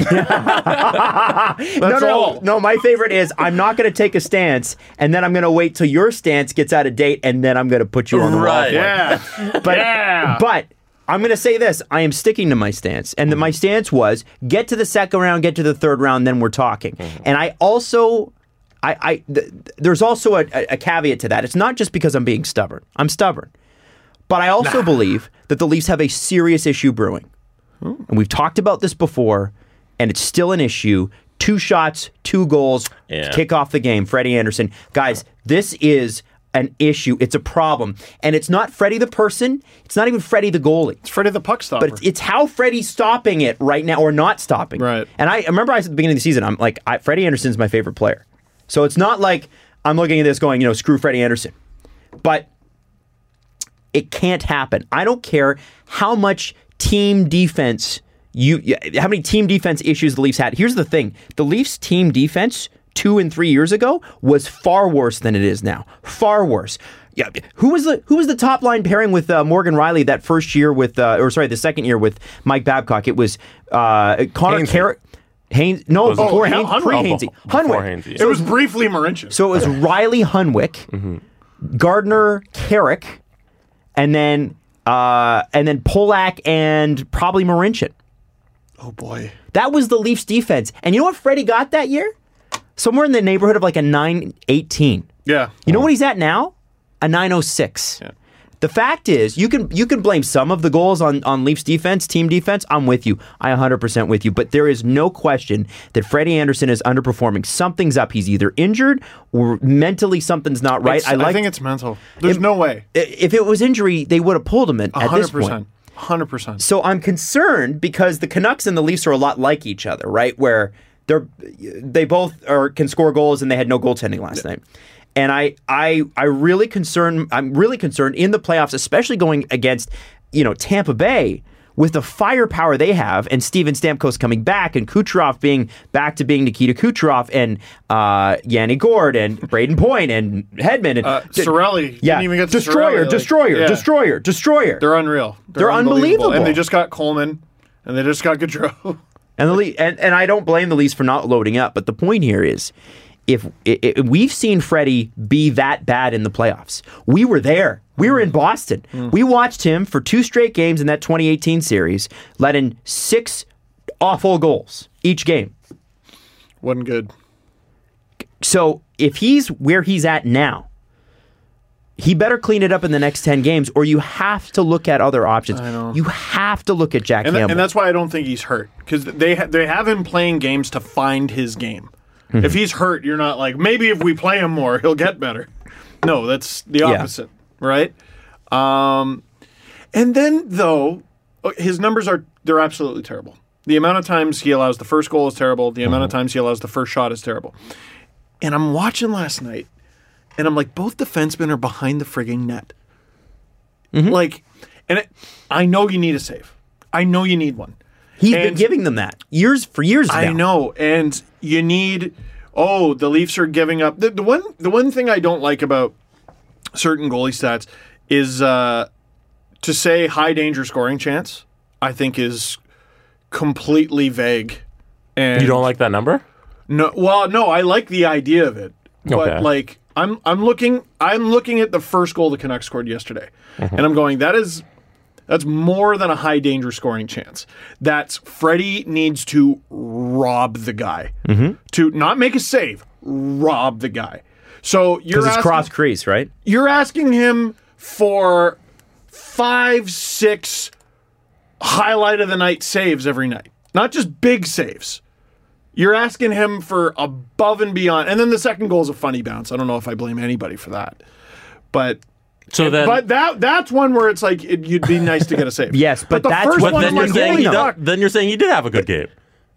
no,
That's
no,
all.
no. My favorite is I'm not gonna take a stance, and then I'm gonna wait till your stance gets out of date, and then I'm gonna put you on the wall
Right.
for it.
Yeah.
But,
Yeah.
but I'm going to say this. I am sticking to my stance. And that my stance was get to the second round, get to the third round, then we're talking. And I also. I, I th- th- there's also a, a caveat to that. It's not just because I'm being stubborn. I'm stubborn, but I also believe that the Leafs have a serious issue brewing, and we've talked about this before, and it's still an issue. Two shots, two goals,
Yeah.
kick kick off the game, Freddie Anderson. Guys, this is an issue. It's a problem. And it's not Freddie the person. It's not even Freddie the goalie.
It's Freddie the Puck Stopper.
But it's, it's how Freddie's stopping it right now or not stopping. it.
Right.
And I I remember I said at the beginning of the season, I'm like, I, Freddie Anderson's my favorite player. So it's not like I'm looking at this going, you know, screw Freddie Anderson. But it can't happen. I don't care how much team defense you yeah, how many team defense issues the Leafs had. Here's the thing. The Leafs team defense 2 and 3 years ago was far worse than it is now. Far worse. Yeah, who was the who was the top line pairing with uh, Morgan Riley that first year with uh, or sorry, the second year with Mike Babcock? It was uh Connor
Hainsey.
Carrick Haynes, no,
it-
before
Oh,
Haynes,
Hunwick.
pre Hainsey,
Before
Hunwick.
Hainsey, yeah.
it was briefly Marinchus.
So it was Riley Hunwick, Gardner Carrick, and then uh, and then Polak and probably Marincin.
oh, boy.
That was the Leafs defense. And you know what Freddie got that year? Somewhere in the neighborhood of like a 918.
Yeah.
You know what he's at now? A 906. The fact is, you can you can blame some of the goals on on Leafs defense, team defense. I'm with you. I 100% with you. But there is no question that Freddie Anderson is underperforming. Something's up. He's either injured or mentally something's not right.
It's-
I like.
think it's mental. There's no way.
if it was injury, they would have pulled him at, at this
Hundred
point.
percent. Hundred percent.
So I'm concerned because the Canucks and the Leafs are a lot like each other, right? Where they're they both are can score goals and they had no goaltending last night. And I I I really concerned I'm really concerned in the playoffs, especially going against, you know, Tampa Bay with the firepower they have and Steven Stamkos coming back and Kucherov being back to being Nikita Kucherov and uh, Yanni Gord and Braden Point and Hedman and
Uh, Cirelli.
yeah,
Didn't even get to
destroyer,
Cirelli, like-
destroyer,
Yeah.
destroyer, destroyer.
They're unreal.
They're unbelievable.
And they just got Coleman, and they just got Gaudreau.
And the Le- and, and I don't blame the Leafs for not loading up, but the point here is if i i we've seen Freddie be that bad in the playoffs. We were there. We were in Boston.
Mm.
We watched him for two straight games in that 2018 series, let in six awful goals each game.
Wasn't good.
So if he's where he's at now, he better clean it up in the next 10 games or you have to look at other options. You have to look at Jack
And, tha-
Campbell.
and that's why I don't think he's hurt because they ha- they have him playing games to find his game.
Hmm.
If he's hurt, you're not like maybe if we play him more, he'll get better. No, that's the opposite, right? Um, and then though, uh, his numbers are they're absolutely terrible. The amount of times he allows the first goal is terrible. The amount of times he allows the first shot is terrible. And I'm watching last night, and I'm like, both defensemen are behind the frigging net. Like, and it, I know you need a save. I know you need one.
He's been
and-
giving them that years for years now.
I know, and you need. Oh, the Leafs are giving up. The, the one, the one thing I don't like about certain goalie stats is uh, to say high danger scoring chance. I think is completely vague. And
You don't like that number?
no, well, no, I like the idea of it,
Okay.
but like I'm I'm looking I'm looking at the first goal the Canucks scored yesterday,
Mm-hmm.
and I'm going that is that's more than a high danger scoring chance. That's Freddie needs to rob the guy
Mm-hmm.
to not make a save, rob the guy. So you're
Because it's
asking,
cross crease, right?
you're asking him for five six highlight of the night saves every night, not just big saves. You're asking him for above and beyond. And then the second goal is a funny bounce. I don't know if I blame anybody for that. But
So then,
but that that's one where it's like it, you'd be nice to get a save.
Yes, but
the
that's
first
what
one
but then
I'm
you're
like,
saying
holy
he
fuck.
did, then you're saying he did have a good game.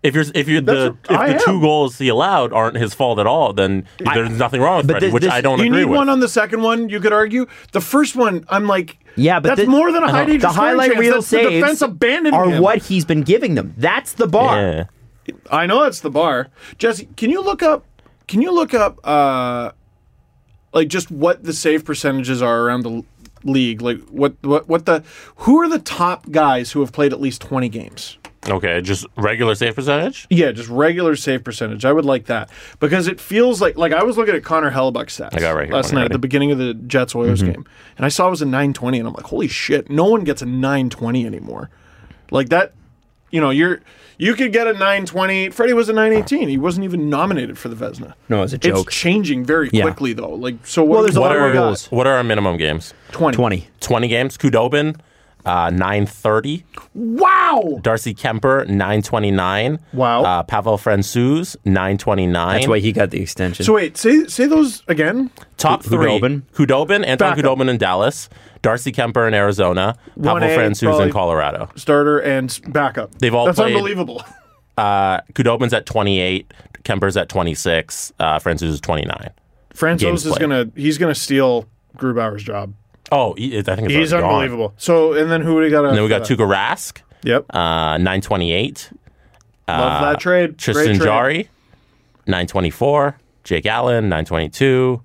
If you're if you the
what I
if the
am.
two goals he allowed aren't his fault at all, then there's nothing wrong with
but
Freddie,
thi-
which
this-
I don't
You
agree
need
with.
one on the second one. You could argue the first one. I'm like,
Yeah, but
that's
thi-
more than a high danger.
the
scoring
highlight
chance.
reel
that's the
saves
defense abandoning
are
him.
what he's been giving them. That's the bar.
yeah.
I know it's the bar. Jesse, can you look up? Can you look up? Uh, like just what the save percentages are around the l- league? Like what what what the who are the top guys who have played at least twenty games?
Okay, just regular save percentage.
Yeah, just regular save percentage. I would like that because it feels like like I was looking at Connor Hellebuck's stats I
got it right here Mm-hmm.
last
when you're
night at the
ready.
beginning of the Jets Oilers game, and I saw it was a nine twenty, and I'm like, holy shit, no one gets a nine twenty anymore, like that. You know, you're you could get a nine twenty. Freddie was a nine eighteen. He wasn't even nominated for the Vesna.
No, it's a joke.
It's changing very
Yeah.
quickly though. Like so, what,
Well, there's a
What
lot more
are
goals.
what are our minimum games?
Twenty.
20.
20 games. Kudobin, uh, 930.
Wow.
Darcy Kemper, 929.
Wow.
Uh, Pavel Francouz, 929.
That's why he got the extension.
So wait, say say those again.
Top
Ku-
three.
Kudobin.
Kudobin, Anton
Backup.
Kudobin in Dallas. Darcy Kemper in Arizona. Pavel
1A,
Francouz
probably.
in Colorado.
Starter and backup.
They've all
That's
played-
unbelievable.
Uh, Kudobin's at 28. Kemper's at 26. Uh, Francouz is 29.
Francois is
played.
gonna he's gonna steal Grubauer's job.
Oh, he, I think it's
He's
already gone.
unbelievable. So, and then who do we got? Uh,
And then we got Tuka Rask,
Yep,
uh, 928.
love that trade. Great
Tristan
trade.
Jari, 924. Jake Allen, 922.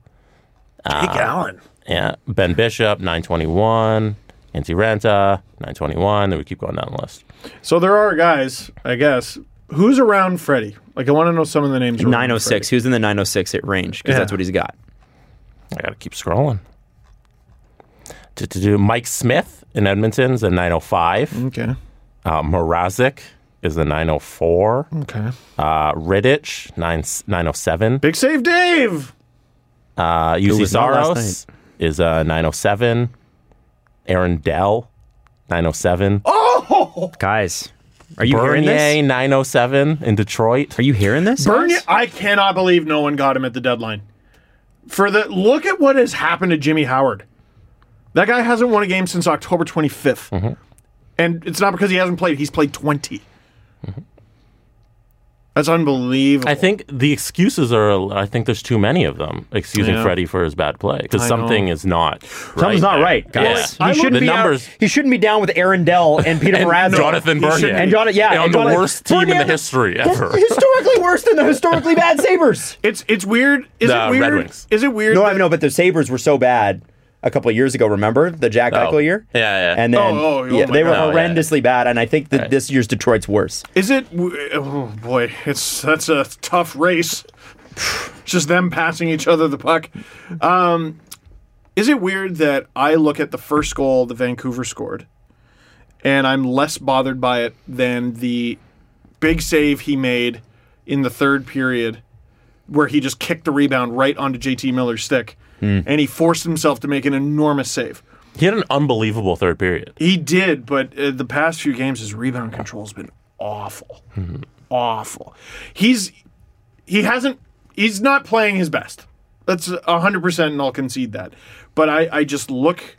Uh,
Jake Allen.
Yeah, Ben Bishop, 921. Antti Ranta, 921. Then we keep going down the list.
So there are guys, I guess. Who's around Freddie? Like, I want to know some of the names. around
906. He was in the 906 at range because
Yeah.
that's what he's got.
I got to keep scrolling. To, to do Mike Smith in Edmonton's a
Mm.
905.
Freddie.
Uh, Mrazek is a 904.
Mm.
Okay. Okay.
Uh, Riddich, 9, 907.
Big save, Dave.
Uh, UC
was not last
uh, Saros is a 907. Aaron Dell, 907.
Guys, are Oh, you hearing
Bernier,
this?
907 in Detroit.
Are you hearing this?
Bernie,
guys?
I cannot believe no one got him at the deadline. For the look at what has happened to Jimmy Howard. That guy hasn't won a game since October 25th.
Mm-hmm.
And it's not because he hasn't played, he's played 20. That's unbelievable.
Mm-hmm. I think the excuses are. I think there's too many of them excusing
Yeah.
Freddie for his bad play because
I
something is not.
Something's not
there.
right, guys.
Yeah.
He shouldn't
the
be out-
numbers.
he shouldn't be down with Aaron Dell and Peter
and
Mrazzo.
Jonathan Bernier
And Jonathan, yeah,
on
and
the
Jonathan-
worst team in
Bernier-
the history
that's
ever.
historically worse than the historically bad Sabers.
it's it's weird. Is
The
it weird?
Red Wings.
Is it weird?
No,
that-
I know, but the Sabers were so bad a couple of years ago. Remember the Jack
Oh.
Eichel year?
Yeah, yeah.
And then
Oh, oh, oh
yeah,
my
they were
God. Oh, yeah.
horrendously bad, and I think that this year's Detroit's worse.
Is it? w- Oh boy, it's that's a tough race. It's Just them passing each other the puck. Um, is it weird that I look at the first goal that Vancouver scored, and I'm less bothered by it than the big save he made in the third period, where he just kicked the rebound right onto JT Miller's stick, and he forced himself to make an enormous save.
He had an unbelievable third period.
He did, but uh, the past few games, his rebound control's been awful,
Hmm.
awful. He's he hasn't he's not playing his best. That's hundred percent, and I'll concede that. But I I just look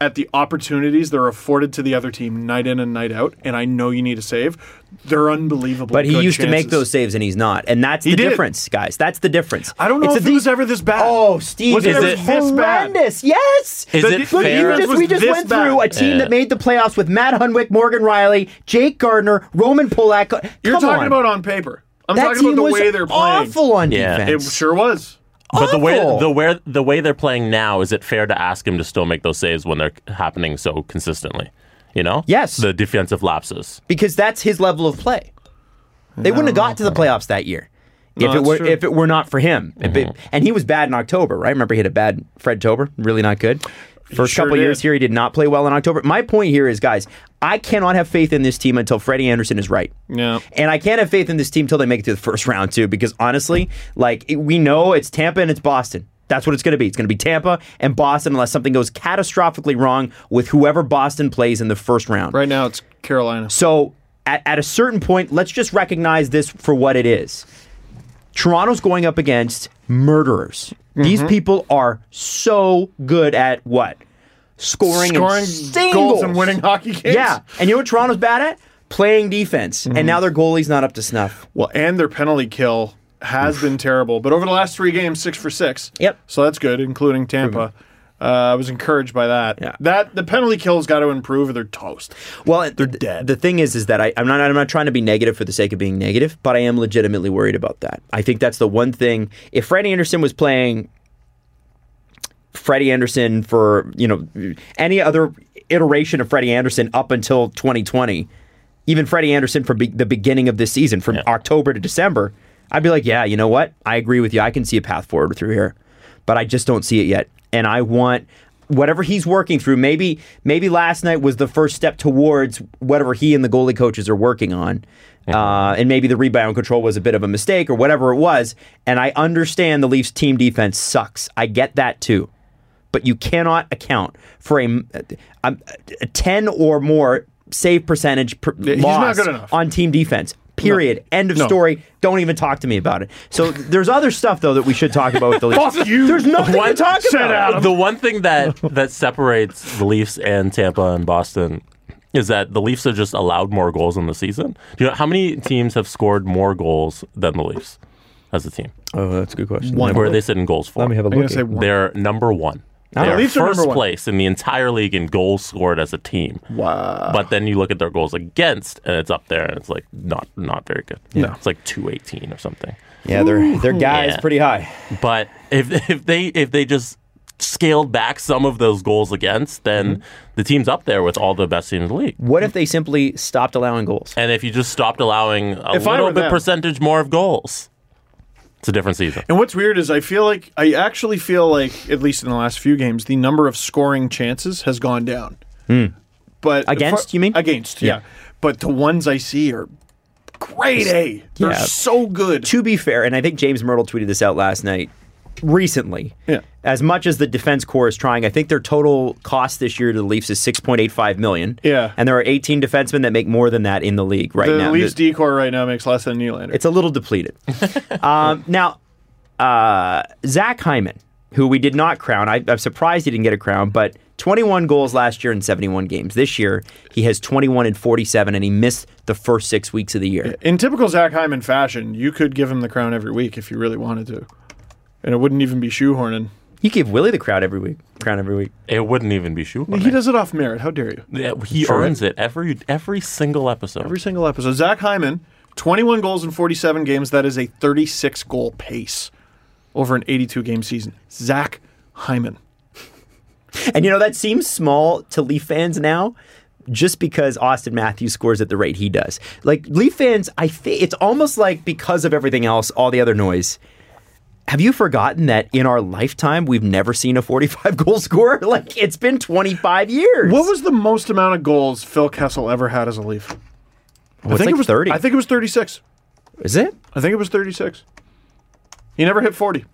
at the opportunities that are afforded to the other team night in and night out, and I know you need a save. They're unbelievable.
But he
good
used to make
chances.
those saves, and he's not, and that's the
did.
difference, guys. That's the difference.
I don't know
It's
if
a
he
de-
was ever this bad.
Oh, Steve,
Was
it
it
was
ever this bad?
horrendous. Yes.
Is
The-
it
look,
Look,
he
fair?
you just,
was
we just
this
went
bad.
through a team
Yeah.
that made the playoffs with Matt Hunwick, Morgan Riley, Jake Gardner, Roman Polak. Come
You're talking
on.
about on paper. I'm
that
talking
team
about the
was
way they're playing.
awful on
Yeah.
It
defense.
sure was.
but the way
awful.
the where the way they're playing now, is it fair to ask him to still make those saves when they're happening so consistently? You know?
Yes.
The defensive lapses.
because that's his level of play. They wouldn't have got to the playoffs that year if it
that's
were
true. Mm-hmm.
if it were not for him. If it- and he was bad in October, right? Remember he had a bad Fred Tober, really not good. First
sure
couple
did.
years here, he did not play well in October. My point here is, guys, I cannot have faith in this team until Freddie Anderson is right.
Yeah.
And I can't have faith in this team till they make it to the first round too, because honestly, like it- we know it's Tampa and it's Boston. That's what it's going to be. It's going to be Tampa and Boston, unless something goes catastrophically wrong with whoever Boston plays in the first round.
Right now, it's Carolina.
So at, at a certain point, let's just recognize this for what it is. Toronto's going up against murderers. These
Mm-hmm.
people are so good at what? Scoring,
scoring
and singles.
goals and winning hockey games. Mm-hmm.
Yeah. And you know what Toronto's bad at? Playing defense. And now their goalie's not up to snuff.
Well, and their penalty kill has been terrible, but over the last three games, six for six.
Yep.
So that's good, including Tampa. Uh, I was encouraged by that.
Yeah.
That the penalty kill's got to improve, or they're toast.
Well, they're dead. The thing is, is that I, I'm not. I'm not trying to be negative for the sake of being negative, but I am legitimately worried about that. I think that's the one thing. If Freddie Anderson was playing Freddie Anderson for you know any other iteration of Freddie Anderson up until 2020, even Freddie Anderson from be- the beginning of this season, from October to December, I'd be like, yeah, you know what? I agree with you. I can see a path forward through here, but I just don't see it yet. And I want whatever he's working through. Maybe maybe last night was the first step towards whatever he and the goalie coaches are working on. Uh, and maybe the rebound control was a bit of a mistake or whatever it was. And I understand the Leafs team defense sucks. I get that too but you cannot account for a, a, a 10 or more save percentage per,
he's not
loss
good enough.
on team defense. Period. End of
No.
story. Don't even talk to me about it. So there's other stuff though that we should talk about with the Leafs.
Fuck you.
There's nothing to
What?
talk
Shut
about.
Adam.
The one thing that that separates the Leafs and Tampa and Boston is that the Leafs are just allowed more goals in the season. Do you know how many teams have scored more goals than the Leafs as a team?
Oh, that's a good question.
Like where they sit in goals for?
a
I'm gonna say one.
They're number one. They
The
are
Leafs are number
first
one.
place in the entire league in goals scored as a team.
Wow.
But then you look at their goals against, and it's up there, and it's like not not very good.
No.
It's like two eighteen or something.
Yeah, their their guy is
Yeah.
pretty high.
But if if they if they just scaled back some of those goals against, then
Mm-hmm.
the team's up there with all the best teams in the league.
What if they simply stopped allowing goals?
And if you just stopped allowing a
If I
little
were
bit
them.
percentage more of goals, it's a different season.
And what's weird is I feel like I actually feel like at least in the last few games, the number of scoring chances has gone down. But
Hmm. Against, you mean?
against? Yeah. But the ones I see are grade A. They're
Yeah.
so good.
to be fair, and I think James Myrtle tweeted this out last night. recently.
Yeah.
As much as the defense core is trying, I think their total cost this year to the Leafs is six point eight five million.
Yeah.
And there are eighteen defensemen that make more than that in the league right
The
now.
Leafs
The-
decor right now makes less than Nylander.
it's a little depleted. um, now, uh, Zach Hyman, who we did not crown, I, I'm surprised he didn't get a crown, but 21 goals last year in 71 games. This year, he has 21 and 47, and he missed the first six weeks of the year.
in typical Zach Hyman fashion, you could give him the crown every week if you really wanted to, and it wouldn't even be shoehorning.
You give Willie the crown every week. Crown every week.
It wouldn't even be shoehorning.
He does it off merit. How dare you?
Yeah, He
Sure.
earns it every every single episode.
Every single episode. Zach Hyman, 21 goals in 47 games. That is a 36 goal pace over an 82 game season. Zach Hyman.
And you know, that seems small to Leaf fans now. Just because Austin Matthews scores at the rate he does, like Leaf fans, I think it's almost like because of everything else, all the other noise. Have you forgotten that in our lifetime we've never seen a forty-five goal scorer? Like it's been twenty-five years.
What was the most amount of goals Phil Kessel ever had as a Leaf?
Well, it's
I think
like
it was
thirty?
I think it was 36.
is it?
I think it was 36. He never hit 40.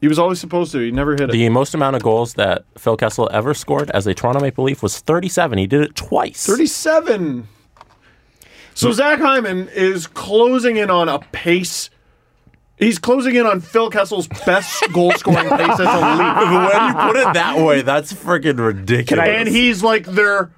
He was always supposed to. He never hit it.
The most amount of goals that Phil Kessel ever scored as a Toronto Maple Leaf was 37. He did it twice.
37. So Zach Hyman is closing in on a pace. He's closing in on Phil Kessel's best goal scoring pace as a Leaf.
when you put it that way, that's freaking ridiculous.
and he's like their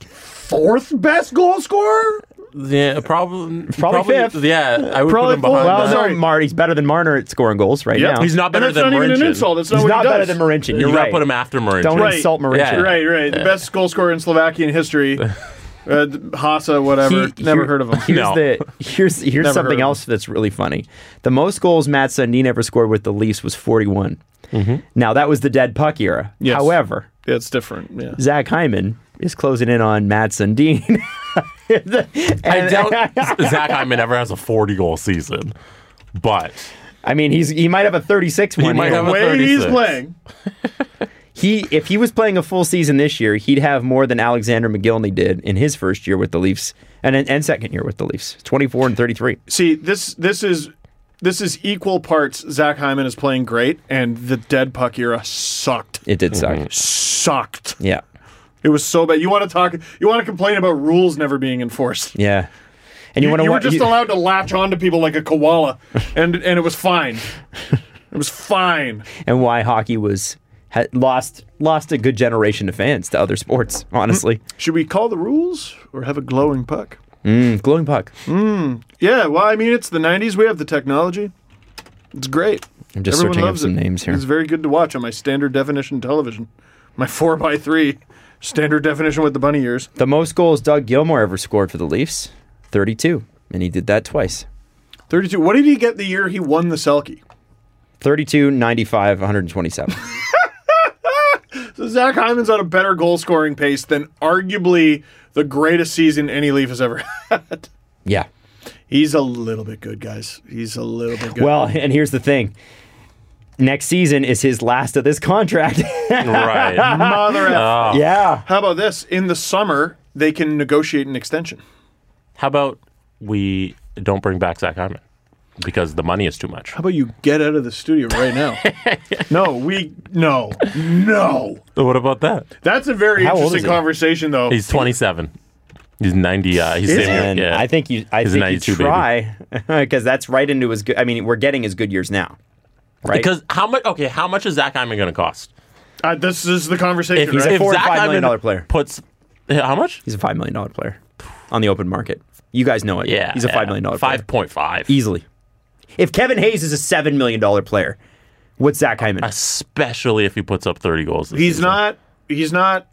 fourth best goal scorer.
yeah, probably,
fifth.
Yeah, I would
Probably
put him
fourth.
behind that.
Well,
sorry.
no, Marty's better than Marner at scoring goals right
Yep.
now.
He's not
and
better
that's
than
not even an
Marinchen.
insult. That's not
He's
what
not
he
better than
does.
Marincin. You're
You
right.
gotta put him after Marinchen.
Don't
Right.
insult Marincin.
Yeah.
Right, right. The best goal scorer in Slovakian history. Uh, Hasa, whatever.
He-
Never
here-
heard of him.
Here's
No.
the here's here's
Never heard of
something
him.
else that's really funny. The most goals Matt Sundin ever scored with the Leafs was 41.
Mm-hmm.
Now that was the dead puck era.
Yes.
However,
Yeah, it's different. Yeah.
Zach Hyman is closing in on Matt Sundin.
I doubt Zach Hyman ever has a 40 goal season, but
I mean, he's he might have a 36 one.
might
year.
have
The
a
way he's
36.
playing.
he if he was playing a full season this year, he'd have more than Alexander McGillney did in his first year with the Leafs and and second year with the Leafs. 24 and 33.
See, this this is this is equal parts. Zach Hyman is playing great, and the dead puck era sucked.
It did
Mm-hmm.
suck.
Sucked.
Yeah.
It was so bad. You want to talk? You want to complain about rules never being enforced?
Yeah. And you,
You,
want to
were just allowed to latch onto people like a koala, and and it was fine. It was fine.
and why hockey was had lost lost a good generation of fans to other sports. Honestly,
Should we call the rules or have a glowing puck?
Mm, glowing puck.
Yeah, well, I mean, it's the '90s. We have the technology. It's great.
I'm just
Everyone
searching up
loves
some
it.
names here.
It's very good to watch on my standard definition television, my four x three standard definition with the bunny ears.
The most goals Doug Gilmore ever scored for the Leafs, 32, and he did that twice.
32. What did he get the year he won the Selkie?
32, 95, 127.
So Zach Hyman's on a better goal scoring pace than arguably the greatest season any Leaf has ever had.
yeah.
He's a little bit good, guys. He's a little bit good.
Well, and here's the thing. Next season is his last of this contract.
right.
mother.
uh,
f-
yeah.
Ah, How about this? In the summer, they can negotiate an extension.
How about we don't bring back Zach Hyman because the money is too much.
How about you get out of the studio right now? no, we no no.
What about that?
That's a very
How old
interesting
is he?
conversation, though.
He's 27. He's 90. Uh, he's
Is
same
he?
year-
And
yeah.
I think you I
He's a
think
92
you
baby.
try because that's right into his good I mean, we're getting his good years now. Right?
because how much? Okay, how much is Zach Hyman going to cost?
Uh, this is the conversation.
he's
right?
a four and five million dollar player.
puts yeah, how much?
He's a five million dollar player on the open market. You guys know it.
Yeah,
he's a
yeah,
five million dollar player
Five point five.
easily. If Kevin Hayes is a seven million dollar player, what's Zach Hyman?
Especially if he puts up thirty goals. this
he's
season.
not. He's not.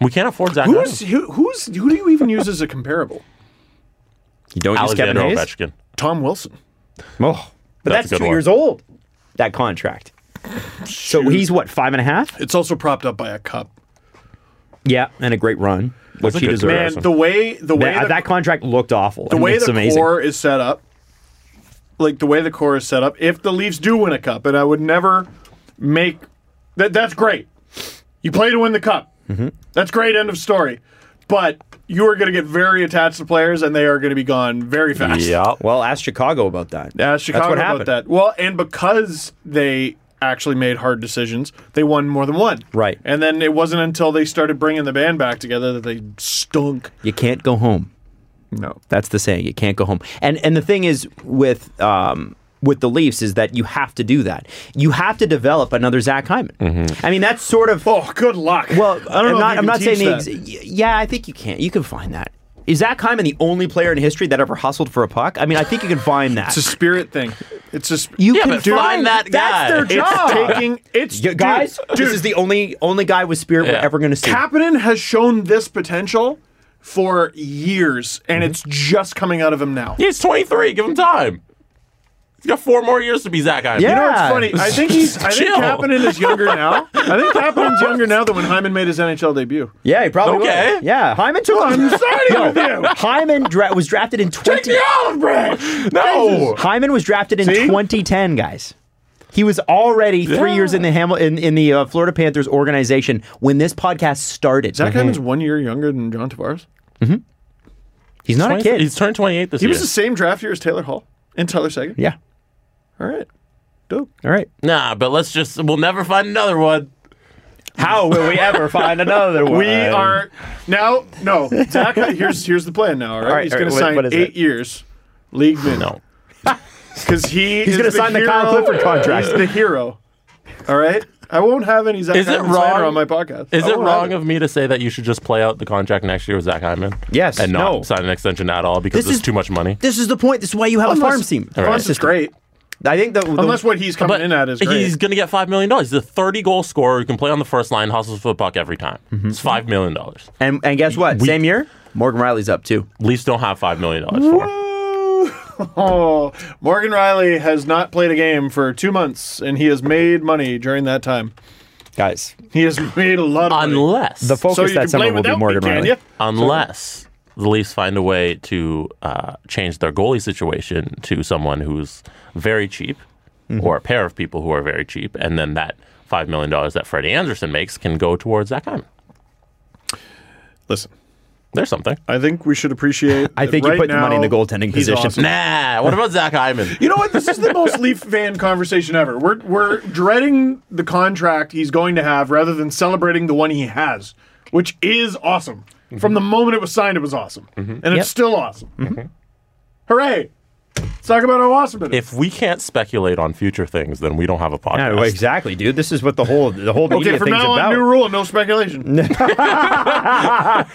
We can't afford Zach.
Who's
Hyman.
who, who's who? Do you even use as a comparable?
you don't use Kevin
Alexander
Hayes.
Ovechkin?
Tom Wilson.
Oh, but
That's a
that's,
good
two
one.
years old. That contract. So he's what five and a half?
It's also propped up by a cup.
Yeah, and a great run, which
a
he
good
deserves.
career.
Man, the way the way
that,
the,
that contract looked awful.
the way
it's
the
amazing.
core is set up, like the way the core is set up, if the Leafs do win a cup, and I would never make
Mm-hmm.
that. That's great. You play to win the cup. That's great. End of story. But you are going to get very attached to players, and they are going to be gone very fast.
Yep.
Well, ask Chicago about that.
Yeah, Chicago
That's what
about
happened.
that. Well, and because they actually made hard decisions, they won more than one.
Right.
And then it wasn't until they started bringing the band back together that they stunk.
You can't go home.
No.
That's the saying. You can't go home. And and the thing is with um with the Leafs is that you have to do that. You have to develop another Zach Hyman. I mean, that's sort of
Mm-hmm. Oh, good luck.
well.
I
am
don't
not.
know. if you
I'm
can
not saying
teach
the
that.
ex- y- yeah. I think you can. You can find that. Is Zach Hyman the only player in history that ever hustled for a puck? I mean, I think you can find that.
It's a spirit thing. It's just
you
Yeah,
can
but find that guy.
That's
It's
their job.
It's taking it's
You guys,
dude,
this is the only only guy with spirit we're
Yeah.
ever going to see.
Kapanen has shown this potential for years, and it's just coming out of him now.
He's 23. Give him time. He's got four more years to be Zach Hyman.
Yeah.
You know, it's funny. I think he's. I think
Chill.
Kapanen is younger now. I think Kapanen's younger now than when Hyman made his NHL debut.
yeah, he probably
Okay.
was. Yeah, Hyman took.
I'm siding
Yo,
with you.
Hyman dra- was drafted in 20.
olive branch.
No.
Hyman was drafted in
See?
2010, guys. He was already three
Yeah.
years in the Hamil- in, in the uh, Florida Panthers organization when this podcast started.
Zach Hyman's
Mhm.
one year younger than John Tavares.
He's not a
20
kid.
He's turned 28 this
He
year.
was the same draft year as Taylor Hall and Tyler Sagan.
yeah.
All right. Dope.
All right.
nah, but let's just, we'll never find another one.
How will we ever find another one?
We are now. No, Zach. Here's here's the plan now. All right,
right,
he's
all right,
going
what-
to
what
sign
is
eight
it?
years, league min. No, because he
He's
going
gonna
to
sign the Kyle Clifford contract.
He's the hero. All right. I won't have any Zach
Is it
Hyman slander
wrong-
on my podcast.
Is
I
it
won't have
wrong of me to say that you should just play out the contract next year with Zach Hyman?
Yes.
And not
No.
sign an extension at all because
This
it's
is-
too much money?
This is the point. This is why you have a
Unless-
farm team.
Unless it's
System.
great.
I think the, the
Unless what he's coming
But
in at is great.
he's going to get $5 million. He's a 30 goal scorer who can play on the first line, hustles for the puck every time.
Mm-hmm.
It's $5 million.
and and guess what?
We-
Same year, Morgan Riley's up too.
Leafs don't have $5 million for him.
Oh, Morgan Riley has not played a game for two months, and he has made money during that time.
Guys,
He has made a lot of money.
Unless.
the focus
so you
that
can play
summer will be
without me,
Morgan
can
Riley.
you?
unless the Leafs find a way to uh, change their goalie situation to someone who's very cheap,
Mm-hmm.
or a pair of people who are very cheap, and then that five million dollars that Freddie Anderson makes can go towards Zach Hyman.
Listen,
There's something.
I think we should appreciate.
I
that
think you
right
put the money in
now,
the goaltending
he's
position.
awesome.
Nah. What about Zach Hyman?
You know what? This is the most Leaf fan conversation ever. We're we're dreading the contract he's going to have rather than celebrating the one he has, which is awesome. From the moment it was signed, it was awesome, and it's
Mm-hmm. Yep. Mm-hmm.
still awesome. Hooray! Let's talk about how awesome it is.
If we can't speculate on future things, then we don't have a podcast.
Yeah, well, exactly, dude. This is what the whole the whole media
Okay, from
thing's
now on,
about.
new rule: no speculation. All right,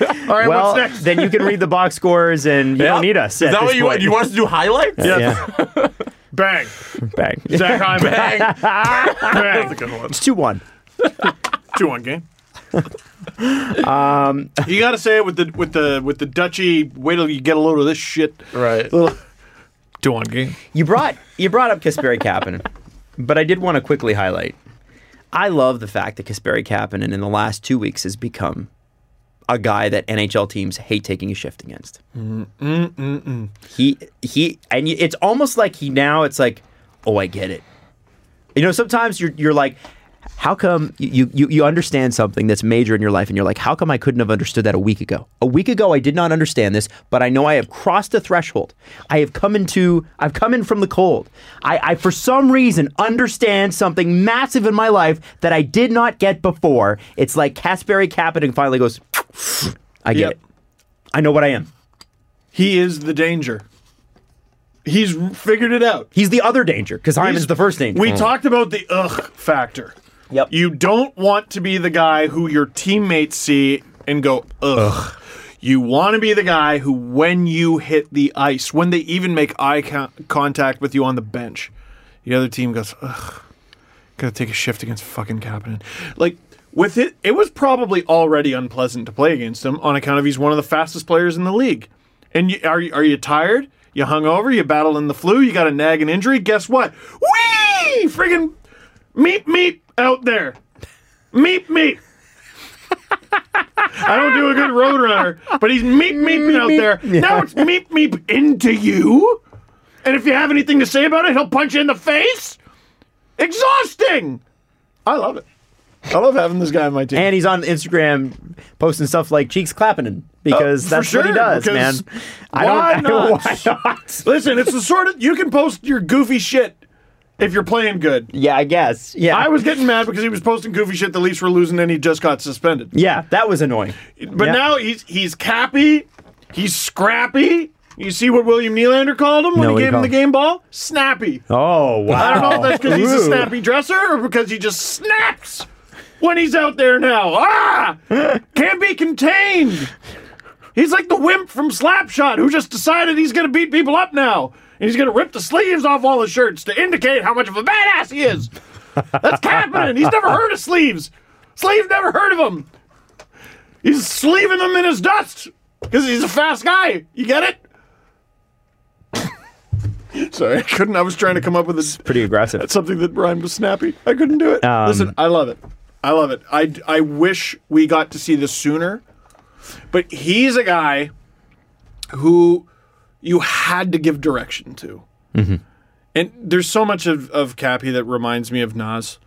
well,
what's next?
then you can read the box scores and you
Yeah.
don't need us.
Is
at
that
this
what you want?
point.
You want us to do highlights?
Yeah.
Bang!
Bang.
Zach Hyman.
Bang.
Bang. That's a good one.
It's 2 1.
Two one game. um, you got to say it with the with the with the Dutchy. Wait till you get a load of this shit.
Right.
Two one game.
You brought you brought up Kasperi Kapanen, but I did want to quickly highlight. I love the fact that Kasperi Kapanen in the last two weeks has become a guy that NHL teams hate taking a shift against. He he, and it's almost like he now it's like, oh, I get it. You know, sometimes you're you're like. How come you, you you understand something that's major in your life and you're like, how come I couldn't have understood that a week ago? A week ago I did not understand this, but I know I have crossed the threshold. I have come into I've come in from the cold. I, I for some reason understand something massive in my life that I did not get before. It's like Casperi Kapanen finally goes, I get
Yep.
it. I know what I am.
He is the danger. He's figured it out.
He's the other danger, because I'm
He's-
is the first danger.
We talked about the ugh factor.
Yep.
You don't want to be the guy who your teammates see and go ugh. You want to be the guy who, when you hit the ice, when they even make eye con- contact with you on the bench, the other team goes ugh. Gotta take a shift against fucking Kapanen. Like with it, it was probably already unpleasant to play against him on account of he's one of the fastest players in the league. And you, are you are you tired? You hungover? You battling the flu? You got a nagging injury? Guess what? Whee! Friggin' meep meep out there. Meep meep. I don't do a good road runner, but he's meep meeping out there. Now it's meep meep into you. And if you have anything to say about it, he'll punch you in the face. Exhausting. I love it. I love having this guy on my team.
And he's on Instagram posting stuff like cheeks clapping because
Oh, for
that's what he
sure,
does, man.
because
I don't
why
I-
not?
why not?
Listen, it's the sort of you can post your goofy shit if you're playing good.
Yeah, I guess. Yeah.
I was getting mad because he was posting goofy shit. The Leafs were losing, and he just got suspended.
yeah, that was annoying.
But
Yeah.
now he's he's cappy, he's scrappy. You see what William Nylander called him when
No,
he
he
gave him
called-
the game ball? Snappy.
Oh wow.
I don't know if that's because he's a
Ooh.
snappy dresser or because he just snaps when he's out there now. Ah! Can't be contained. He's like the wimp from Slapshot who just decided he's going to beat people up now. And he's going to rip the sleeves off all his shirts to indicate how much of a badass he is. That's happening. He's never heard of sleeves. Sleeves never heard of him. He's sleeving them in his dust because he's a fast guy. You get it? Sorry, I couldn't. I was trying to come up with a
Pretty aggressive.
something that rhymed with snappy. I couldn't do it.
Um,
Listen, I love it. I love it. I, I wish we got to see this sooner, but he's a guy who you had to give direction to. And there's so much of, of Cappy that reminds me of Nas.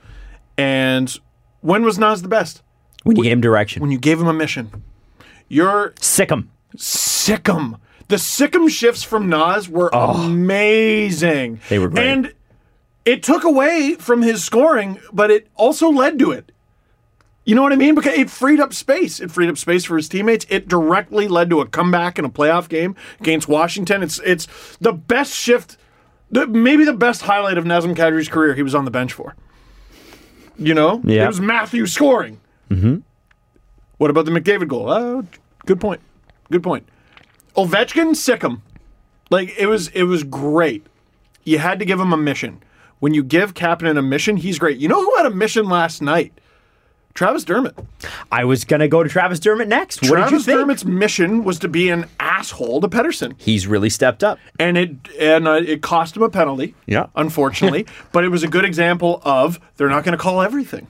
And when was Nas the best?
When you gave him direction.
When you gave him a mission. You're
Sick him.
Sikkim. The Sikkim shifts from Nas were amazing.
Oh. They were great.
And it took away from his scoring, but it also led to it. You know what I mean? Because it freed up space. It freed up space for his teammates. It directly led to a comeback in a playoff game against Washington. It's it's the best shift, the, maybe the best highlight of Nazem Kadri's career. He was on the bench for. You know,
Yeah.
it was Matthew scoring. Mm-hmm. What about the McDavid goal? Oh, good point. Good point. Ovechkin, sick him. Like it was, it was great. You had to give him a mission. When you give Kapanen a mission, he's great. You know who had a mission last night? Travis Dermott.
I was gonna go to Travis Dermott next. What did you
Travis
think?
Dermott's mission was to be an asshole to Pedersen,
He's really stepped up.
and it and uh, it cost him a penalty.
Yeah.
unfortunately, but it was a good example of they're not going to call everything.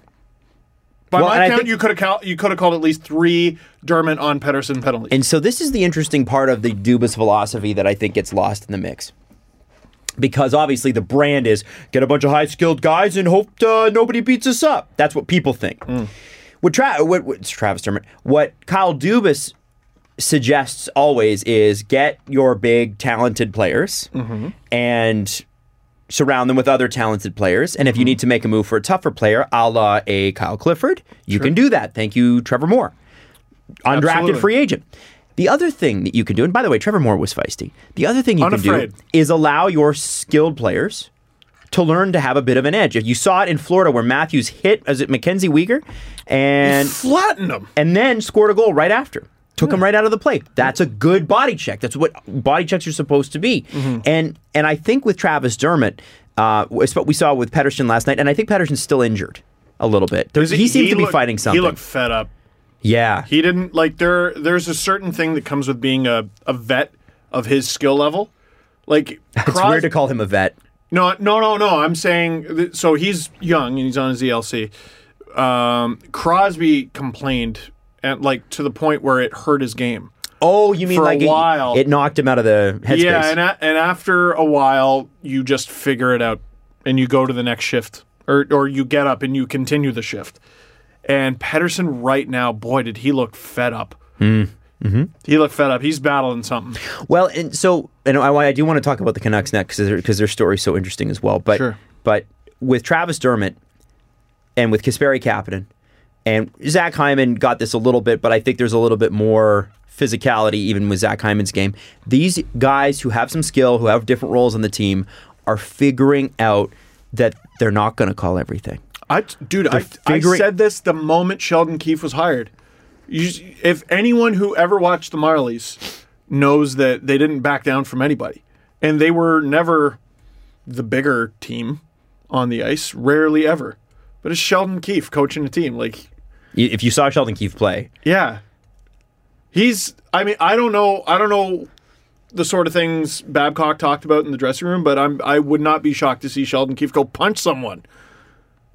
By
Well, and
my
I
count,
think-
you could have cal- you could have called at least three Dermott on Pedersen penalties.
And so this is the interesting part of the Dubas philosophy that I think gets lost in the mix. Because obviously the brand is get a bunch of high skilled guys and hope uh, nobody beats us up. That's what people think. What, Tra- what, what Travis Dermott, what Kyle Dubas suggests always is get your big talented players and surround them with other talented players. And if you need to make a move for a tougher player, a la a Kyle Clifford, you can do that. Thank you, Trevor Moore undrafted
Absolutely.
free agent. The other thing that you can do, and by the way, Trevor Moore was feisty. The other thing you
Unafraid.
can do is allow your skilled players to learn to have a bit of an edge. If you saw it in Florida where Matthews hit, is it Mackenzie Weegar, and
flattened him.
and then scored a goal right after. Took him right out of the play. That's a good body check. That's what body checks are supposed to be.
Mm-hmm.
And and I think with Travis Dermott, uh, it's what we saw with Pedersen last night, and I think Pedersen's still injured a little bit. There- he seems to be
looked-
fighting something.
He looked fed up.
yeah.
He didn't like there. There's a certain thing that comes with being a, a vet of his skill level. Like
it's
Cros-
weird to call him a vet.
No, no, no, no. I'm saying th- so. He's young and he's on his ELC. Um, Crosby complained and like to the point where it hurt his game.
Oh, you mean
for a
like it-
while.
It, knocked him out of the headspace.
Yeah, and a- and after a while, you just figure it out, and you go to the next shift, or or you get up and you continue the shift. And Pedersen, right now, boy, did he look fed up. He looked fed up. He's battling something.
well, and so and I, I do want to talk about the Canucks next because because their story's so interesting as well. But
Sure.
but with Travis Dermott and with Kasperi Kapanen and Zach Hyman got this a little bit, but I think there's a little bit more physicality even with Zach Hyman's game. These guys who have some skill, who have different roles on the team, are figuring out that they're not going to call everything.
I, dude, I, I
figuring-
said this the moment Sheldon Keefe was hired. You, s- if anyone who ever watched the Marlies knows that they didn't back down from anybody, and they were never the bigger team on the ice, rarely ever. But it's Sheldon Keefe coaching a team. Like,
Y- If you saw Sheldon Keefe play,
yeah, he's. I mean, I don't know. I don't know the sort of things Babcock talked about in the dressing room, but I'm. I would not be shocked to see Sheldon Keefe go punch someone.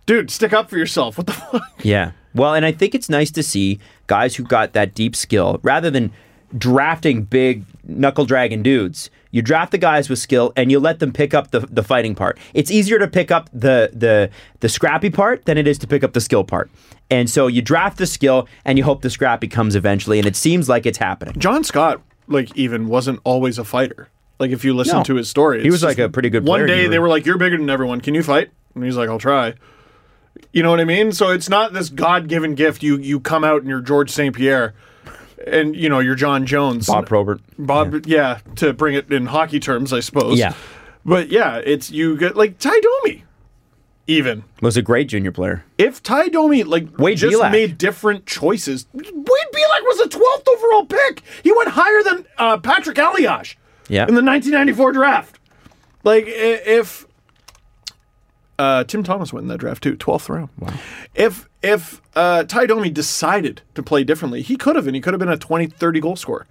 Dude, stick up for yourself. What the fuck?
Yeah. Well, and I think it's nice to see guys who got that deep skill rather than drafting big knuckle dragon dudes. You draft the guys with skill and you let them pick up the, the fighting part. It's easier to pick up the, the the scrappy part than it is to pick up the skill part. And so you draft the skill and you hope the scrappy comes eventually and it seems like it's happening.
John Scott, like, even wasn't always a fighter. Like, if you listen
No.
to his story,
He
it's
was, like,
just-
a pretty good
One
player,
day
you
they
were-
were like, "You're bigger than everyone. Can you fight?" And he's like, "I'll try." You know what I mean? So it's not this God-given gift. You you come out and you're George St. Pierre, and you know you're John Jones,
Bob Probert.
Bob, yeah. to bring it in hockey terms, I suppose.
Yeah.
but yeah, it's you get like Ty Domi, even
Was a great junior player.
if Ty Domi like
Wade
just
Belak.
made different choices, Wade Belak was a 12th overall pick. He went higher than uh, Patrick Eliash
Yeah.
in the 1994 draft. Like i- if uh, Tim Thomas went in that draft too, 12th round. Wow. If if uh, Ty Domi decided to play differently, he could have and he could have been a 20, 30 goal scorer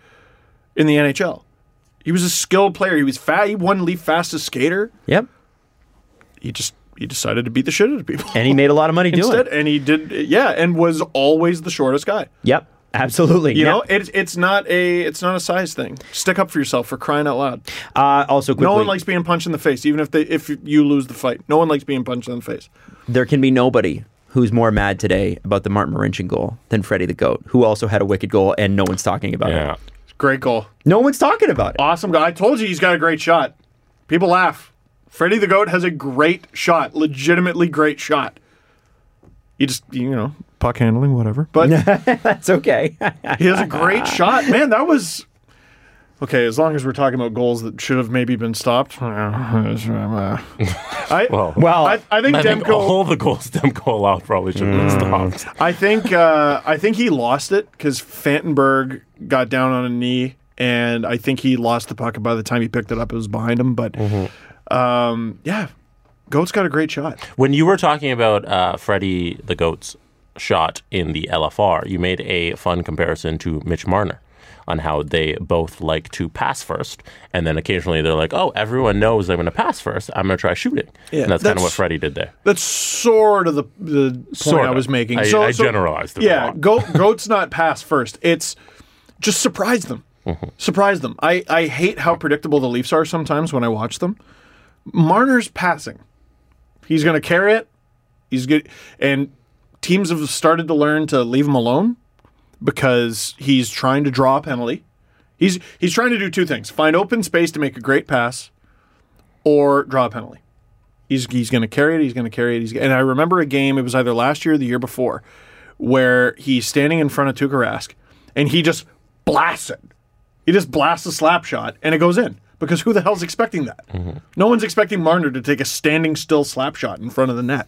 in the NHL. He was a skilled player. He was fat. He won leaf fastest skater.
Yep.
He just he decided to beat the shit out of people
And he made a lot of money doing
instead,
it.
and he did, yeah, and was always the shortest guy.
Yep. Absolutely.
You
Now-
know, it's it's not a it's not a size thing. Stick up for yourself for crying out loud.
Uh, also, quickly,
No one likes being punched in the face, even if they if you lose the fight. No one likes being punched in the face.
there can be nobody who's more mad today about the Martin Marincin goal than Freddie the Goat, who also had a wicked goal, and no one's talking about
Yeah. Oh.
it.
Great goal,
No one's talking about it.
awesome guy. I told you he's got a great shot. People laugh. Freddie the Goat has a great shot, legitimately great shot. You just you know puck handling whatever, but
That's okay.
He has a great shot, man. That was okay. As long as we're talking about goals that should have maybe been stopped, I,
Well,
well,
I, I think
I think
Demko.
all the goals Demko allowed probably should have been
Mm.
stopped.
I think uh, I think he lost it because Fantenberg got down on a knee, and I think he lost the puck. And by the time he picked it up, it was behind him. But um, yeah, Goat's got a great shot.
When you were talking about uh, Freddie the Goat's shot in the LFR, you made a fun comparison to Mitch Marner on how they both like to pass first, and then occasionally they're like, "Oh, everyone knows I'm going to pass first. I'm going to try shooting,"
Yeah,
and that's, kind of
that's-
what Freddie did there.
That's sort of the the point
Sorta.
I was making.
I- I generalized it a
Yeah,
lot.
goat, goats not pass first. It's just surprise them.
Mm-hmm.
Surprise them. I, I hate how predictable the Leafs are sometimes when I watch them. Marner's passing. He's going to carry it. He's good, and teams have started to learn to leave him alone because he's trying to draw a penalty. He's he's trying to do two things: find open space to make a great pass, or draw a penalty. He's he's going to carry it. He's going to carry it. He's and I remember a game. It was either last year or the year before, where he's standing in front of Tuukka Rask, and he just blasts it. He just blasts a slap shot, and it goes in because who the hell's expecting that? No one's expecting Marner to take a standing still slap shot in front of the net,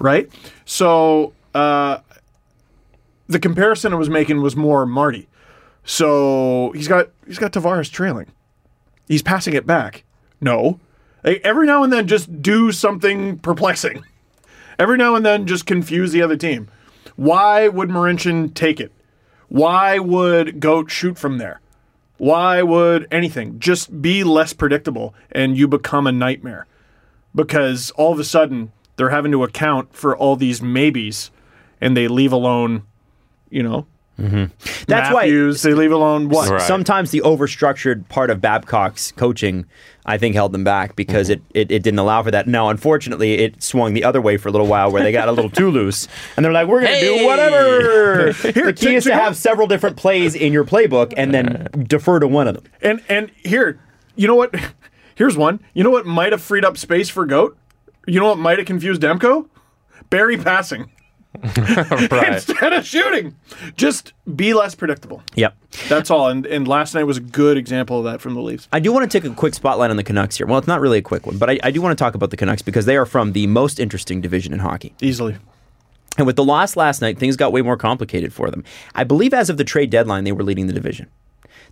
right? So uh, the comparison I was making was more Marty. So he's got he's got Tavares trailing. He's passing it back. No. Like, every now and then, just do something perplexing. Every now and then, just confuse the other team. Why would Marincin take it? Why would Goat shoot from there? Why would anything? Just be less predictable and you become a nightmare. Because all of a sudden, they're having to account for all these maybes and they leave alone, you know,
that's why
Matthews, they leave alone what?
Right.
sometimes the overstructured part of Babcock's coaching, I think, held them back because
Mm-hmm.
it, it, it didn't allow for that. Now, unfortunately, it swung the other way for a little while where they got a little too loose and they're like, we're going to
Hey!
do whatever. the key
to-
is
to
to
go-
have several different plays in your playbook and then defer to one of them.
And and here, you know what? Here's one. You know what might have freed up space for Goat? You know what might have confused Demko? Barry passing
Right.
instead of shooting. Just be less predictable.
Yep.
That's all. And and last night was a good example of that from the Leafs.
I do want to take a quick spotlight on the Canucks here. Well, it's not really a quick one, but I, I do want to talk about the Canucks because they are from the most interesting division in hockey.
Easily.
And with the loss last night, things got way more complicated for them. I believe as of the trade deadline, they were leading the division.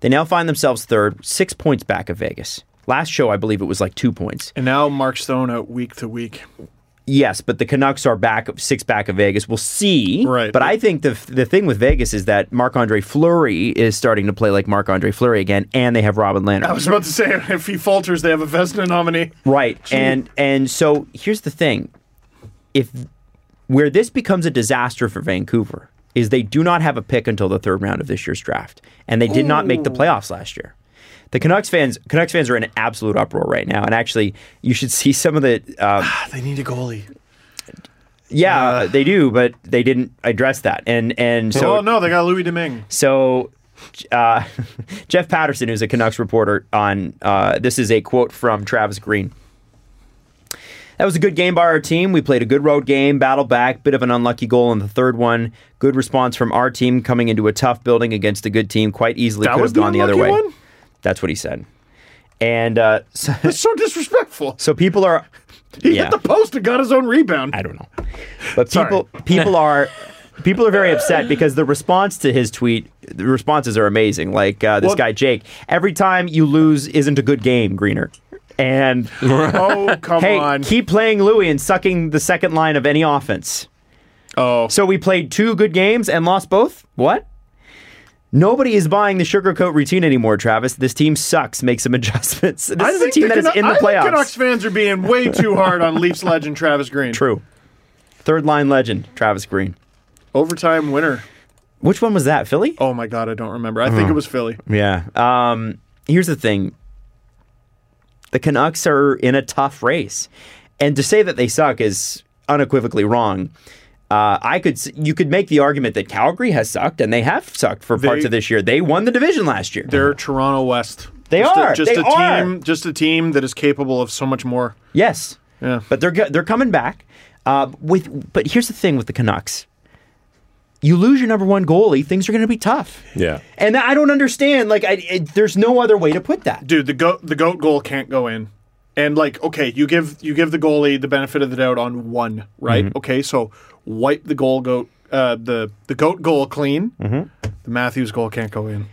They now find themselves third, six points back of Vegas. Last show, I believe it was like two points.
And now Mark Stone out week to week.
Yes, but the Canucks are back six back of Vegas. We'll see.
Right.
But I think the the thing with Vegas is that Marc Andre Fleury is starting to play like Marc Andre Fleury again, and they have Robin Leonard.
I was about to say if he falters, they have a Vesna nominee.
Right. And and so here's the thing. If where this becomes a disaster for Vancouver is they do not have a pick until the third round of this year's draft, and they did not make the playoffs last year. The Canucks fans, Canucks fans are in an absolute uproar right now, and actually, you should see some of the. Um,
They need a goalie.
yeah, they do, but they didn't address that, and and so
oh no, they got Louis Domingue.
So, uh, Jeff Patterson, who's a Canucks reporter, on uh, this is a quote from Travis Green. That was a good game by our team. We played a good road game, battled back, bit of an unlucky goal in the third one. Good response from our team coming into a tough building against a good team. Quite easily
That
could
was
have
the
gone the other way.
unlucky one?
That's what he said. And uh, so,
That's so disrespectful.
so people are.
He
yeah.
hit the post and got his own rebound.
I don't know. But
Sorry.
people people are people are very upset because the response to his tweet, the responses are amazing. Like uh, this
Well-
guy Jake, every time you lose isn't a good game, Greener. And
oh come
hey,
on.
keep playing Louis and sucking the second line of any offense.
oh,
So we played two good games and lost both? What? Nobody is buying the sugarcoat routine anymore, Travis. This team sucks. Make some adjustments. This
I
is a
think
team
the
that is
Canu-
in the
I think
playoffs.
Canucks fans are being way too hard on Leafs legend Travis Green.
True. Third line legend, Travis Green.
Overtime winner.
Which one was that? Philly?
Oh my god, I don't remember. I
Mm.
think it was Philly.
Yeah. Um, here's the thing the Canucks are in a tough race. And to say that they suck is unequivocally wrong. Uh, I could s- you could make the argument that Calgary has sucked and they have sucked for parts
They-
of this year. They won the division last year.
They're Toronto West.
They
just
are.
A, just
They
a
are.
team. Just a team that is capable of so much more.
Yes.
Yeah.
But they're go- they're coming back. Uh, with but here's the thing with the Canucks. You lose your number one goalie, things are going to be tough.
Yeah.
And I don't understand. Like, I, it, there's no other way to put that.
dude the goat the goat goal can't go in and like okay you give you give the goalie the benefit of the doubt on one right okay so wipe the goal goat uh, the the goat goal clean the matthews goal can't go in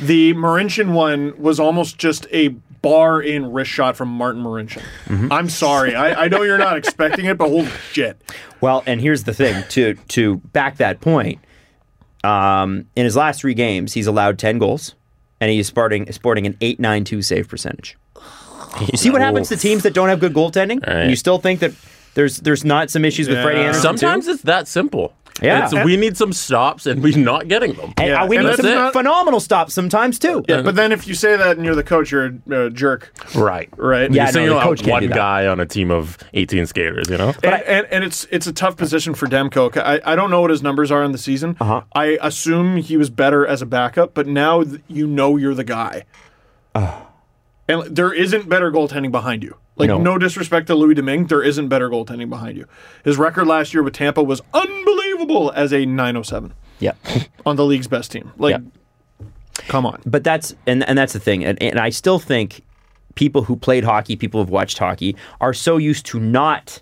the Marinchen one was almost just a bar in wrist shot from Martin Marinchen. I'm sorry. I, I know you're not expecting it, but holy shit.
Well, and here's the thing to to back that point. Um, in his last three games, he's allowed ten goals, and he's sporting sporting an eight nine two save percentage. You see what happens to teams that don't have good goaltending?
Right.
And you still think that there's there's not some issues with Freddie
Yeah.
Anderson? too?
Sometimes it's that simple.
Yeah.
It's, we need some stops, and we're not getting them.
And, uh, we
and
need
that's
some
it.
phenomenal stops sometimes too.
Yeah, but then if you say that and you're the coach, you're a, a jerk,
Right.
right?
Yeah,
You're saying
no, the
you're
coach
coach
can't do
one
that.
guy on a team of 18 skaters, you know?
and, and, and it's it's a tough position for Demko. I, I don't know what his numbers are in the season. Uh-huh. I assume he was better as a backup, but now th- you know you're the guy. And there isn't better goaltending behind you. Like
No.
no, disrespect to Louis Domingue, there isn't better goaltending behind you. His record last year with Tampa was unbelievable as a 907
Yeah.
on the league's best team. Like, come on.
but that's and and that's the thing, and, and I still think people who played hockey, people who've watched hockey, are so used to not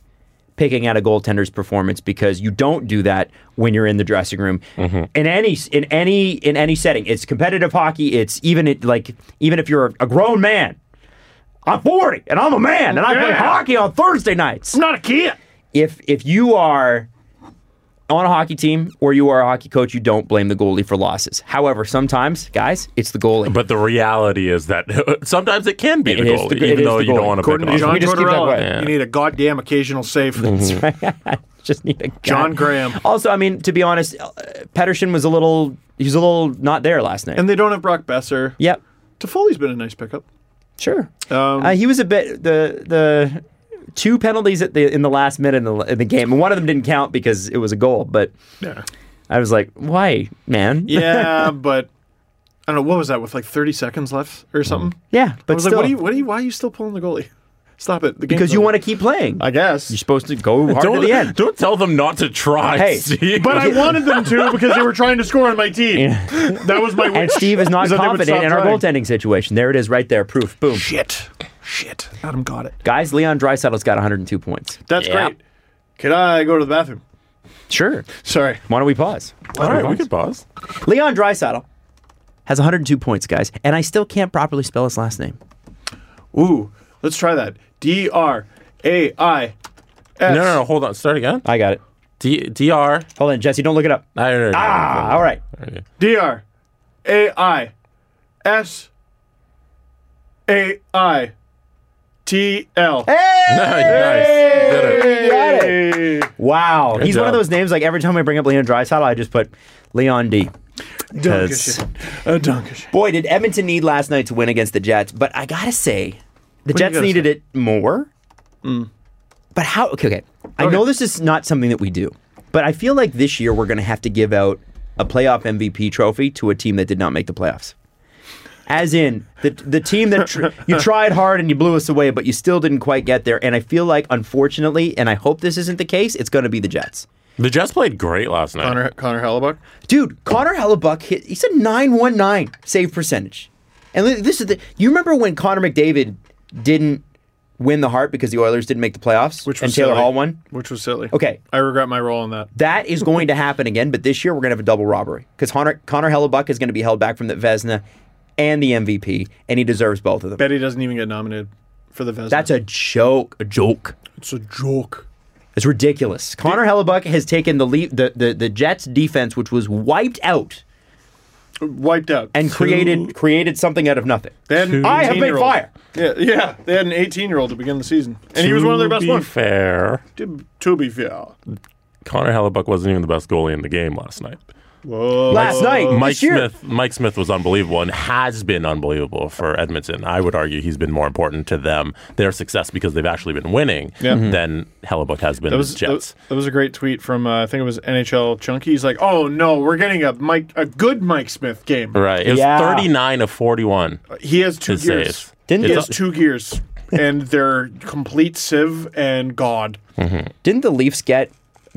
picking out a goaltender's performance because you don't do that when you're in the dressing room in any in any in any setting. It's competitive hockey. It's even it, like even if you're a grown man. I'm 40 and I'm a man and I play
Yeah.
hockey on Thursday nights
I'm not a kid.
if if you are on a hockey team or you are a hockey coach, you don't blame the goalie for losses. However, sometimes, guys, it's the goalie.
But the reality is that sometimes it can be the
It is
goalie,
the- it is
even though
the
you
goalie.
don't want to pick
According
it
to
up.
John
We just keep that
Tortorella,
way. Mm-hmm.
Yeah.
you need a goddamn occasional save.
just need a guy.
John Graham.
Also, I mean, to be honest, uh, Pedersen was a little he was a little not there last night.
And they don't have Brock Besser.
yep.
Toffoli's been a nice pickup.
Sure.
Um,
uh, he was a bit the the two penalties at the in the last minute in the, in the game. And one of them didn't count because it was a goal, but
Yeah.
I was like, "Why, man?"
Yeah, but I don't know what was that with like 30 seconds left or something.
Yeah,
I
but
was
still,
like, what are you? What are you? Why are you still pulling the goalie? Stop it! The game's
because you
over.
want to keep playing.
I guess.
You're supposed to go hard
Don't,
to the end.
don't tell them not to try.
Hey,
Steve.
but I wanted them to because they were trying to score on my team. That was my.
And
wish,
Steve is not
that they would
confident
stop
in our
trying.
goaltending situation. There it is, right there. Proof. Boom.
Shit! Shit! Adam got it.
Guys, Leon Drysaddle's got 102 points.
That's
Yeah.
great. Can I go to the bathroom?
Sure.
Sorry.
Why don't we pause?
all right, we could pause.
Leon Drysaddle has 102 points, guys, and I still can't properly spell his last name.
Ooh, let's try that. D R A I.
No, no, no, hold on. Start again.
Uh,
I got it.
D- DR.
Hold on, Jesse. Don't look it up.
I don't know.
Ah, all right.
D R A I S A I T TL.
nice. Did it.
You got it. Wow. He's one of
job.
those names, like every time I bring up Leon Draisaitl, I just put Leon D. Because
Uh, A donkey.
boy, did Edmonton need last night to win against the Jets. But I gotta say, the Jets
gotta
needed it more. But how? Okay, okay. I know this is not something that we do, but I feel like this year we're gonna have to give out a playoff MVP trophy to a team that did not make the playoffs. As in the the team that tr- you tried hard and you blew us away, but you still didn't quite get there. And I feel like, unfortunately, and I hope this isn't the case, it's going to be the Jets.
The Jets played great last night.
Connor, Connor Hellebuck.
Dude, Connor Hellebuck hit. He's a nine one nine save percentage, and li- this is the. You remember when Connor McDavid didn't win the heart because the Oilers didn't make the playoffs,
Which was
and Taylor
silly.
Hall won.
Which was silly.
Okay.
I regret my role in that.
That is going to happen again, but this year we're going to have a double robbery because Connor, Connor Hellebuck is going to be held back from the Vesna and the MVP, and he deserves both of them.
Betty doesn't even get nominated for the Vesna.
That's a joke. A joke.
it's a joke.
It's ridiculous. Connor Hellebuck has taken the lead, the, the the Jets defense, which was wiped out,
Wiped out.
and created created something out of nothing.
They had an
I have been
18-year-old.
fired.
Yeah, yeah. They had an 18 year old to begin the season. And he was one of their
To
best
be
ones.
Fair.
To, to be fair.
Connor Hellebuck wasn't even the best goalie in the game last night.
Whoa.
Last night,
Mike
this year,
Smith. Mike Smith was unbelievable and has been unbelievable for Edmonton. I would argue he's been more important to them, their success because they've actually been winning
Yeah. Mhm.
than Hellebuck has been
That
to
was,
the Jets.
that, that was a great tweet from uh, I think it was NHL Chunky. He's like, "Oh no, we're getting a Mike a good Mike Smith game.
right. It was
Yeah.
39 of 41
He has two
to
gears.
save.
Didn't
He
the,
has two gears, and they're complete sieve and god.
didn't the Leafs get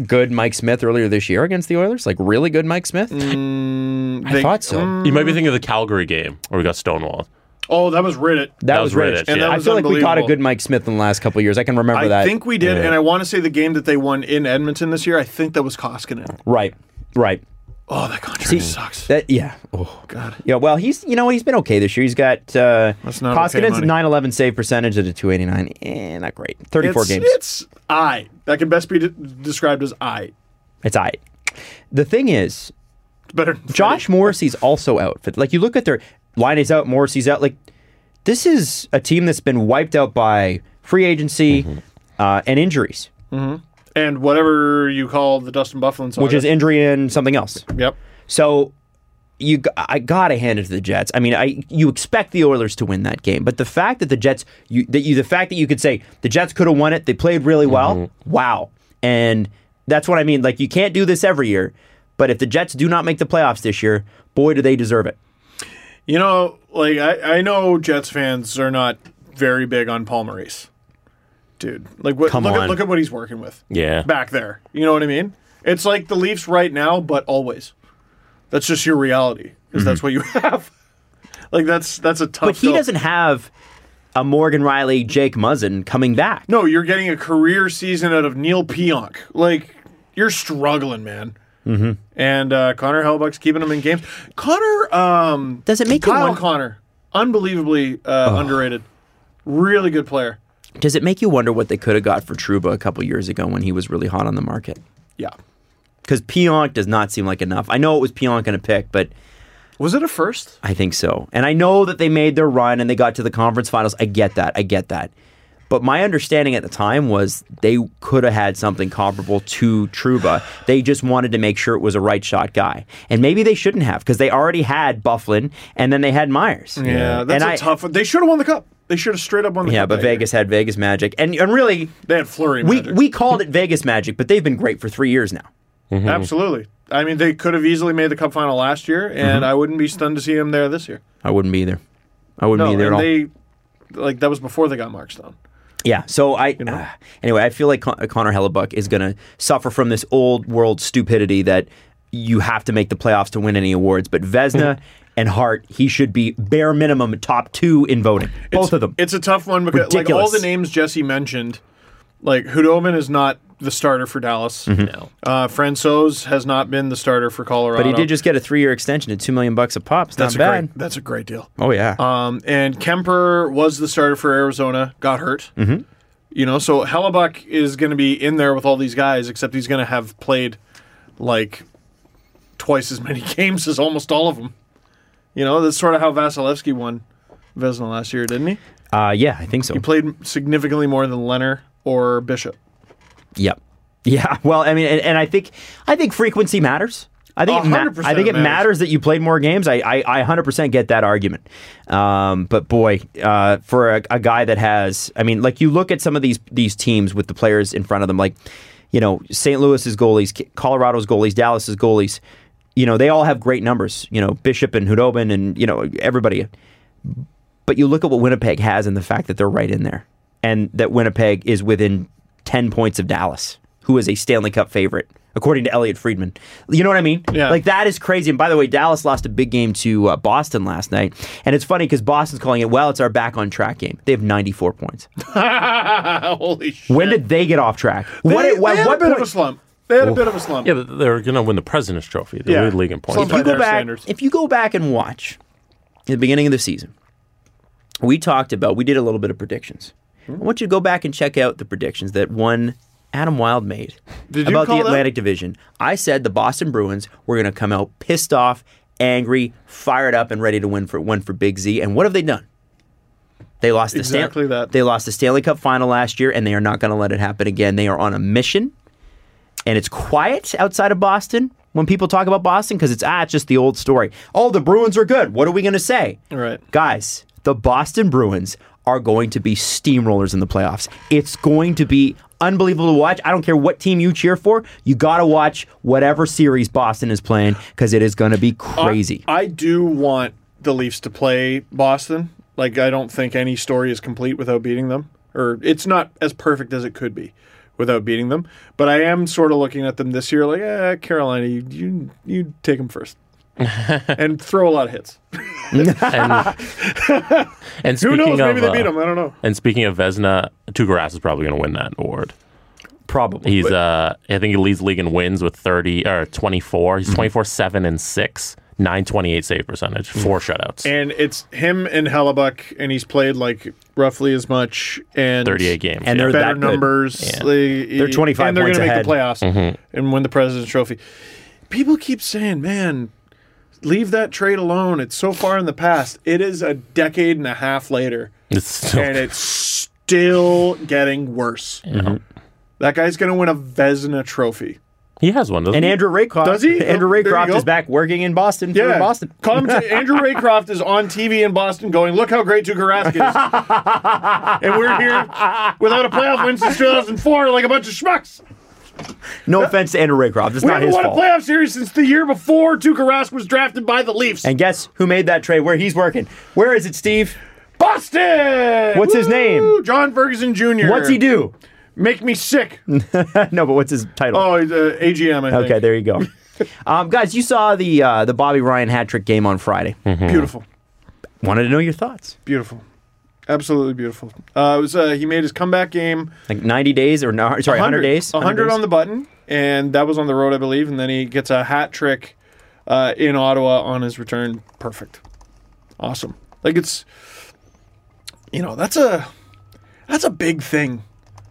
good Mike Smith earlier this year against the Oilers? Like really good Mike Smith? I
Mm, They- um,
thought so.
You might be thinking of the Calgary game where we got stonewalled.
Oh, that was Reddit.
that,
that
was
was
rich.
Reddit, And yeah.
that
I
was
feel like we caught a
unbelievable.
good Mike Smith in the last couple of years. I can remember
I
that.
think we did,
Yeah.
and I want to say the game that they won in Edmonton this year. I think that was Koskinen.
right, right.
Oh, that contract sucks.
That yeah. Oh
God.
Yeah. Well, he's you know he's been okay this year. He's got uh,
That's not okay
Koskinen's
money.
911 save percentage at a 289. Eh, not great. 34
it's,
games.
It's I that can best be de- described as I.
It's all right. The thing is,
It's better. than
Josh Morrissey's also out. But, Like you look at their line is out, Morrissey's out. Like this is a team that's been wiped out by free agency uh, and injuries,
Freddie. and whatever you call the Dustin Bufflin saga.
which is injury and something else.
yep.
So you, g- I gotta hand it to the Jets. I mean, I you expect the Oilers to win that game, but the fact that the Jets, you that you the fact that you could say the Jets could have won it, they played really well. Wow, and that's what I mean. Like you can't do this every year, but if the Jets do not make the playoffs this year, boy, do they deserve it.
You know, like I, I know Jets fans are not very big on Paul Maurice. Dude, like what
Come
look
on.
at look at what he's working with.
Yeah.
Back there. You know what I mean? It's like the Leafs right now, but always. That's just your reality. Because that's what you have. like that's that's a
Mm-hmm.
tough
But he
go.
doesn't have a Morgan Riley, Jake Muzzin coming back.
No, you're getting a career season out of Neil Pionk. Like you're struggling, man. Mm-hmm. And uh, Connor Hellbuck's keeping him in games. Connor, um,
Does it make you
Kyle
wonder-
Connor, unbelievably uh, underrated, really good player.
Does it make you wonder what they could have got for Truba a couple years ago when he was really hot on the market?
Yeah.
Because Pionk does not seem like enough. I know it was Pionk in a pick, but
Was it a first?
I think so. And I know that they made their run and they got to the conference finals. I get that. I get that. But my understanding at the time was they could have had something comparable to Truba. They just wanted to make sure it was a right shot guy. And maybe they shouldn't have because they already had Bufflin and then they had Myers.
Yeah, that's
And
a
I-
tough one. They should have won the cup. They should have straight up won the
Yeah,
cup.
but
that year.
Vegas had Vegas Magic. And, and really,
They had Flurry.
we,
Magic.
we called it Vegas Magic, but they've been great for three years now.
Absolutely. I mean, they could have easily made the cup final last year, and
Mhm.
I wouldn't be stunned to see him there this year.
I wouldn't be either. I wouldn't
No,
be there at
and
all.
they, like, that was before they got Mark Stone.
Yeah. So I ah, anyway, I feel like Con- Connor Hellebuck is going to suffer from this old world stupidity that you have to make the playoffs to win any awards. But Vesna and Hart, he should be bare minimum top two in voting. Both
it's,
of them.
It's a tough one because like all
Ridiculous.
the names Jesse mentioned, like Hudobin is not the starter for Dallas.
Mm-hmm.
No. Uh Francouz has not been the starter for Colorado.
but he did just get a three year extension at two million bucks a pop. It's not
that's a
bad.
great that's a great deal.
oh yeah.
Um and Kemper was the starter for Arizona, got hurt. Mm-hmm. You know, so Hellebuck is gonna be in there with all these guys, except he's gonna have played like twice as many games as almost all of them. You know, that's sort of how Vasilevsky won Vesna last year, didn't he?
Uh, yeah, I think so.
He played significantly more than Leonard or Bishop.
Yep. Yeah. Well, I mean, and, and I think I think frequency matters. I think it ma-
100%
I think it
matters.
matters. that you played more games. I I, I 100% get that argument. Um, but boy, uh, for a, a guy that has, I mean, like you look at some of these these teams with the players in front of them, like you know, St. Louis's goalies, Colorado's goalies, Dallas's goalies. You know, they all have great numbers. You know, Bishop and Hudobin and you know everybody. But you look at what Winnipeg has and the fact that they're right in there, and that Winnipeg is within ten points of Dallas, who is a Stanley Cup favorite according to Elliot Friedman. You know what I mean?
Yeah.
Like that is crazy. And by the way, Dallas lost a big game to uh, Boston last night, and it's funny because Boston's calling it. Well, it's our back on track game. They have ninety four points.
Holy shit!
When did they get off track?
They,
what? at
they had
what
a bit of
point- Oh.
a slump. They had a bit of a slump.
Yeah, but they're going to win the President's Trophy, the
Yeah.
lead league in points.
Some
if you
by
go
their
back,
standards.
if you go back and watch at the beginning of the season, we talked about we did a little bit of predictions.
Hmm.
I want you to go back and check out the predictions that one Adam Wild made
Did you
about the
call that?
Atlantic Division. I said the Boston Bruins were going to come out pissed off, angry, fired up, and ready to win for win for Big Z. And what have they done? They lost the Stan-
Exactly that.
They lost the Stanley Cup final last year, and they are not going to let it happen again. They are on a mission and it's quiet outside of Boston when people talk about Boston because it's ah, it's just the old story. Oh, the Bruins are good. What are we going to say?
Right.
guys, the Boston Bruins are going to be steamrollers in the playoffs. It's going to be unbelievable to watch. I don't care what team you cheer for. You got to watch whatever series Boston is playing because it is going to be crazy.
I do want the Leafs to play Boston. Like I don't think any story is complete without beating them, or it's not as perfect as it could be without beating them. But I am sort of looking at them this year, like eh, Carolina, you you, you take them first and throw a lot of hits.
and, and
Who
speaking
knows?
of,
Maybe they
uh,
beat them. I don't know.
And speaking of Vesna, Tugaras is probably going to win that award.
Probably.
He's uh, I think he leads league in wins with thirty or twenty four.
Mm-hmm.
He's twenty four seven and six, nine twenty eight save percentage, four shutouts,
Mm. And it's him and Hellebuck, and he's played like roughly as much and
thirty eight games.
And
yeah.
they're
better
that good.
numbers. They,
They're 25
and they're
points
gonna
ahead.
make the playoffs
Mm-hmm.
and win the President's Trophy. People keep saying, "Man, leave that trade alone. It's so far in the past. It is a decade and a half later,
It's still-
and it's still getting worse."
Mm-hmm.
That guy's going to win a Vesna Trophy.
he has one. Doesn't
and
he?
Andrew Raycroft.
Does he? Oh,
Andrew
There you
Raycroft
go.
is back working in Boston for Boston.
Commenta- Andrew Raycroft is on TV in Boston going, look how great Tukarask is. and we're here without a playoff win since 2004 like a bunch of schmucks.
No offense to Andrew Raycroft. It's
We
not
haven't
his
won
fault.
a playoff series since the year before Tukarask was drafted by the Leafs.
And guess who made that trade? Where he's working? Where is it, Steve?
Boston!
What's his name?
John Ferguson Jr.
What's he do?
Make me sick.
no, but what's his title?
Oh, he's uh, AGM, I think.
okay, there you go. um, guys, you saw the uh, the Bobby Ryan hat trick game on Friday.
Beautiful.
Wanted to know your thoughts.
Beautiful. Absolutely beautiful. Uh, it was uh, he made his comeback game.
Like ninety days or no, sorry, hundred days.
100
days?
on the button, and that was on the road, I believe. And then he gets a hat trick uh, in Ottawa on his return. Perfect. Awesome. Like it's, you know, that's a that's a big thing.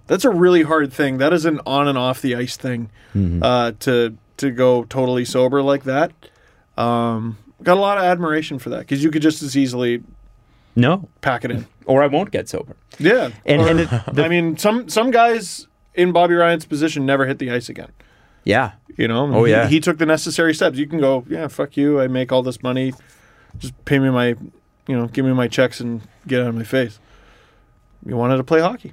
That's a really hard thing. That is an on and off the ice thing
Mm-hmm.
uh, to to go totally sober like that. Um, got a lot of admiration for that because you could just as easily
no,
pack it in.
or I won't get sober.
Yeah.
And, and it, the,
I mean, some some guys in Bobby Ryan's position never hit the ice again.
yeah,
You know,
Oh,
he,
yeah.
he took the necessary steps. You can go, yeah, fuck you. I make all this money. Just pay me my, you know, give me my checks and get out of my face. You wanted to play hockey.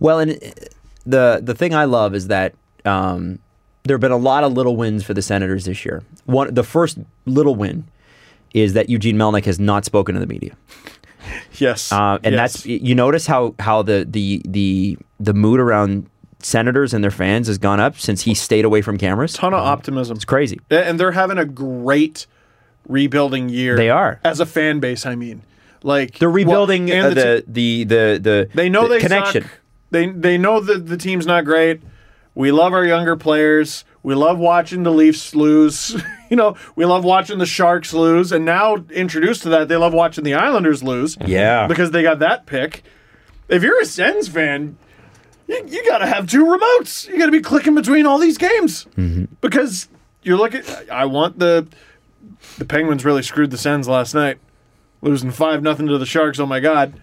Well, and uh, the the thing I love is that um, there have been a lot of little wins for the Senators this year. One, the first little win is that Eugene Melnick has not spoken to the media.
Yes,
Uh, and that's you notice how how the the the the mood around senators and their fans has gone up since he stayed away from cameras.
ton of optimism.
Uh, It's crazy.
and they're having a great rebuilding year.
They are.
as a fan base. I mean, like
They're
well,
rebuilding
and
uh, the, the the the
They know
the
they
connection.
Suck. They they know that the team's not great. We love our younger players. We love watching the Leafs lose. you know, we love watching the Sharks lose. And now introduced to that, they love watching the Islanders lose.
Yeah.
because they got that pick. If you're a Sens fan, you, you got to have two remotes. You got to be clicking between all these games
Mm-hmm.
because you're looking. I want the the Penguins really screwed the Sens last night, losing five nothing to the Sharks. Oh my god.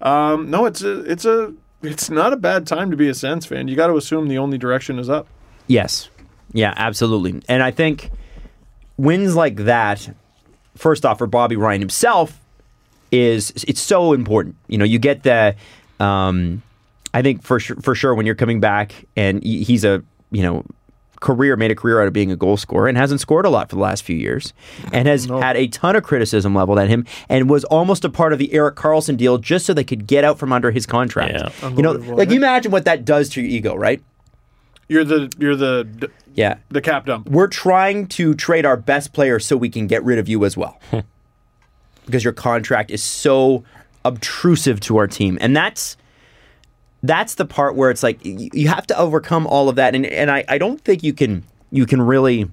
Um, no, it's a, it's a it's not a bad time to be a Sens fan. You got to assume the only direction is up.
Yes. Yeah, absolutely. And I think wins like that, first off, for Bobby Ryan himself, is it's so important. You know, you get the, um, I think for sure, for sure when you're coming back and he- he's a you know career made a career out of being a goal scorer and hasn't scored a lot for the last few years and has had a ton of criticism leveled at him and was almost a part of the Eric Carlson deal just so they could get out from under his contract.
Yeah.
You know,
Unbelievable,
like
eh?
you imagine what that does to your ego, right?
You're the you're the d-
Yeah.
the cap dump.
we're trying to trade our best player so we can get rid of you as well. because your contract is so obtrusive to our team. And that's that's the part where it's like you, you have to overcome all of that and and I, I don't think you can you can really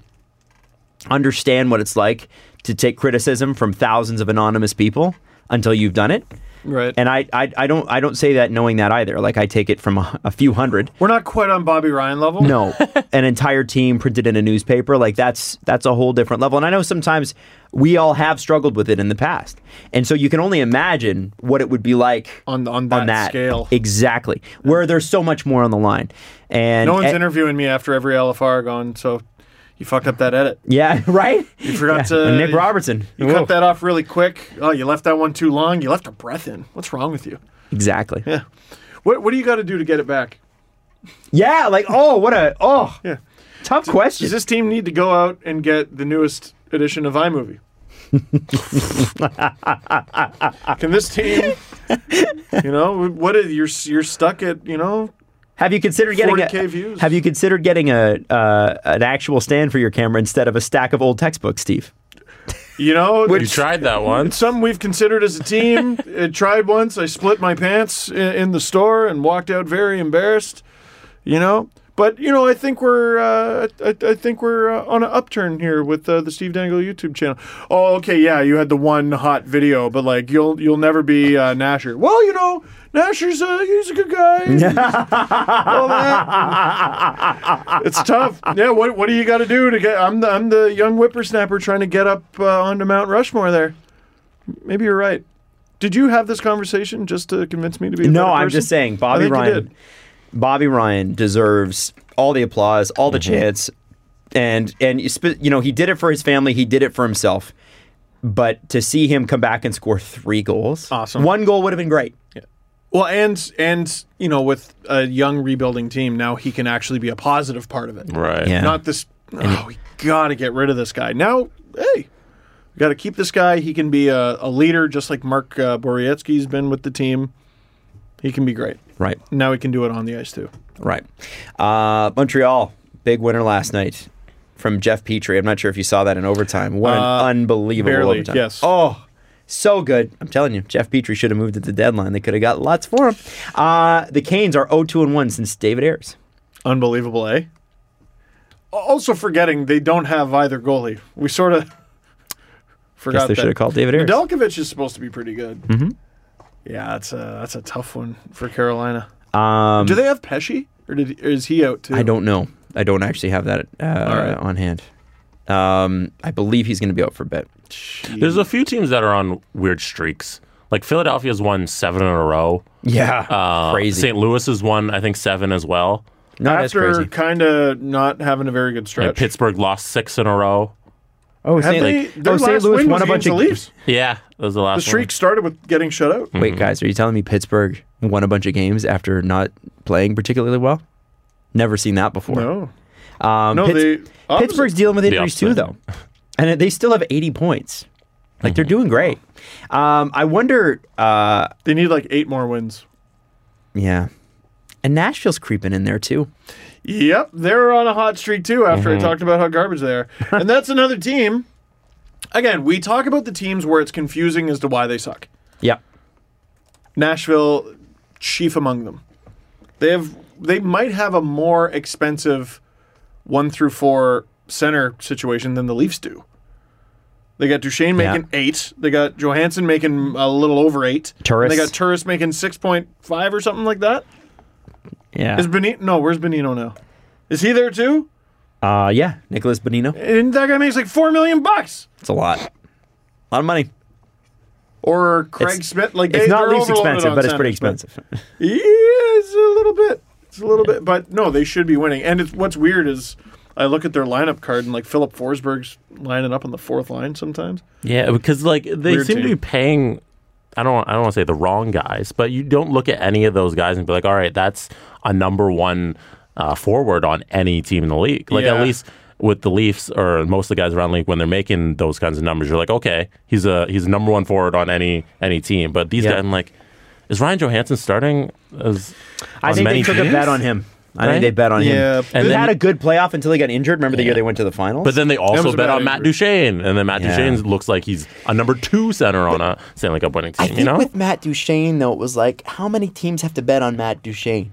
understand what it's like to take criticism from thousands of anonymous people until you've done it.
Right.
And I, I I don't I don't say that knowing that either. Like I take it from a, a few hundred.
We're not quite on Bobby Ryan level.
No, an entire team printed in a newspaper like that's that's a whole different level. And I know sometimes we all have struggled with it in the past, and so you can only imagine what it would be like
On- on that scale.
Exactly, where there's so much more on the line, and eh,
no one's
and-
interviewing me after every LFR going. So you fucked up that edit.
Yeah, right.
You forgot to
Nick Robertson.
You
Whoa.
cut that off really quick. Oh, you left that one too long. You left a breath in. What's wrong with you?
Exactly. Yeah.
Yeah. What What do you got to do to get it back?
like oh, what a oh,
Yeah.
tough question.
Does this team need to go out and get the newest edition of iMovie? Can this team, you know, what is you're you're stuck at, you know,
have you considered getting a,
40K views.
Have you considered getting a uh, an actual stand for your camera instead of a stack of old textbooks, Steve?
you know,
You tried that one.
It's something we've considered as a team. I tried once. I split my pants in, in the store and walked out very embarrassed. You know, but you know, I think we're uh, I, I think we're uh, on an upturn here with uh, the Steve Dangle YouTube channel. Oh, okay, yeah, you had the one hot video, but like you'll you'll never be uh, Nasher. Well, you know, Nasher's a he's a good guy. He's- all that. it's tough. Yeah, what what do you got to do to get? I'm the I'm the young whippersnapper trying to get up uh, onto Mount Rushmore. There, maybe you're right. Did you have this conversation just to convince me to be? A
No,
better
I'm
person?
just saying,
I
Bobby
think you
Ryan.
did.
Bobby Ryan deserves all the applause, all
Mm-hmm.
the chance, and and you sp- you know he did it for his family, he did it for himself. But to see him come back and score three goals,
Awesome.
One goal would have been great.
Well, and and you know, with a young rebuilding team, now he can actually be a positive part of it.
Right.
Yeah.
Not this. Oh, we got to get rid of this guy now. Hey. We got to keep this guy. He can be a, a leader, just like Mark uh, Borietsky's been with the team. He can be great.
Right,
Now he can do it on the ice too.
right. Uh, Montreal, big winner last night from Jeff Petrie. I'm not sure if you saw that in overtime. What an unbelievable
Uh, barely,
overtime!
yes.
Oh, so good. I'm telling you, Jeff Petrie should have moved at the deadline. They could have got lots for him. Uh, the Canes are 0-2 and 1 since David Ayers.
Unbelievable, eh? Also forgetting they don't have either goalie. We sort of forgot
Guess they
that.
should have called David Ayers.
Nedeljkovic is supposed to be pretty good. Mm-hmm. Yeah, that's a that's a tough one for Carolina.
Um,
Do they have Pesci or, did, or is he out too?
I don't know. I don't actually have that uh,
right.
on hand. Um, I believe he's going to be out for a bit.
There's a few teams that are on weird streaks. Like Philadelphia's won seven in a row.
Yeah,
Uh,
crazy.
St. Louis has won, I think, seven as well.
Not as
After
crazy.
kind of not having a very good
And
stretch.
Pittsburgh lost six in a row.
Oh,
Have
St.
they- their
oh, St.
last
Louis
win
won
was
a bunch
against
of
the Leafs.
Yeah, that was the last
The streak started with getting shut out.
Mm-hmm.
Wait, guys, are you telling me Pittsburgh won a bunch of games after not playing particularly well? Never seen that before.
No,
Um,
no,
Pitts-
they opposite.
Pittsburgh's dealing with injuries too,
opposite.
though, and they still have 80 points. Like
Mm-hmm.
they're doing great. Um, I wonder. Uh,
They need like eight more wins.
yeah, and Nashville's creeping in there too.
Yep, they're on a hot streak too after I talked about how garbage they are. and that's another team. Again, we talk about the teams where it's confusing as to why they suck.
Yeah.
Nashville, chief among them. They have they might have a more expensive one through four center situation than the Leafs do. They got Duchesne
Yeah.
making eight. They got Johansson making a little over eight. and
Turris.
They got Turris making six point five or something like that.
Yeah.
Is Benito? No, where's Benito now? Is he there too?
Uh, yeah, Nicholas Bonino.
And that guy makes like four million bucks.
It's a lot. A lot of money.
or Craig Smith. Like they,
it's not
they're
least
overloaded
expensive,
on
but it's pretty
centers,
expensive.
but- Yeah, it's a little bit. It's a little bit, but no, they should be winning. And it's what's weird is I look at their lineup card and like Philip Forsberg's lining up on the fourth line sometimes.
Yeah, because like they
Weird
seem to
team.
be paying. I don't. I don't want to say the wrong guys, but you don't look at any of those guys and be like, all right, that's a number one uh, forward on any team in the league. Like
Yeah.
at least with the Leafs or most of the guys around the league when they're making those kinds of numbers, you're like, okay, he's a he's a number one forward on any any team. But these
Yeah.
guys, I'm like, is Ryan Johansson starting as?
I
on
think they
many
took a
teams?
bet on him. I
Right?
think they bet on
Yeah.
him.
And
they
then-
had a good playoff until he got injured. Remember the year they went to the finals?
But then they
was
also
a
bet
bad
on Matt
injury.
Duchene, and then Matt
Yeah.
Duchene looks like he's a number two center on a Stanley Cup winning
I
team.
think
you know,
with Matt Duchene though, it was like how many teams have to bet on Matt Duchene?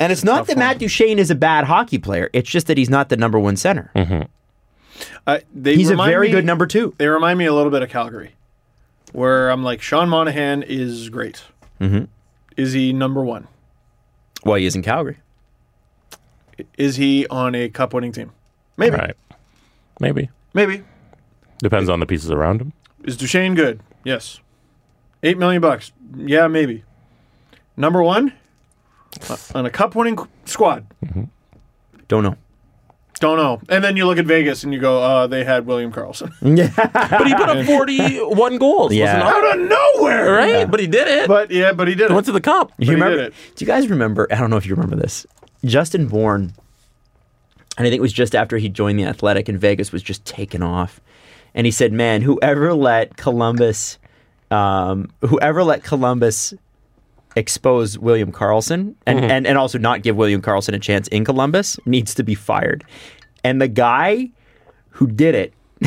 and it's not that Matt Duchene is a bad hockey player. It's just that he's not the number one center.
I, they
He's a
remind
very
me-
good number two.
They remind me a little bit of Calgary, where I'm like Sean Monahan is great. Mm-hmm. Is he number one?
Well, he is in Calgary.
Is he on a cup winning team? Maybe.
right? Maybe.
Maybe.
Depends on the pieces around him.
Is Duchesne good? Yes. Eight million bucks. Yeah, maybe. Number one Uh, on a cup winning squad.
Don't know.
Don't know. And then you look at Vegas and you go, uh, they had William Carlson.
But he put up 41 goals.
Yeah.
Yeah.
Out of nowhere.
right? But he did it.
But yeah, but he did
he went
it.
to the cup.
Do you
But he
remember?
did
Do you guys remember? I don't know if you remember this. Justin Bourne, and I think it was just after he joined the Athletic in Vegas, was just taken off, and he said, "Man, whoever let Columbus, um, whoever let Columbus." Expose William Carlson and,
Mm-hmm.
and, and also not give William Carlson a chance in Columbus needs to be fired. And the guy who did it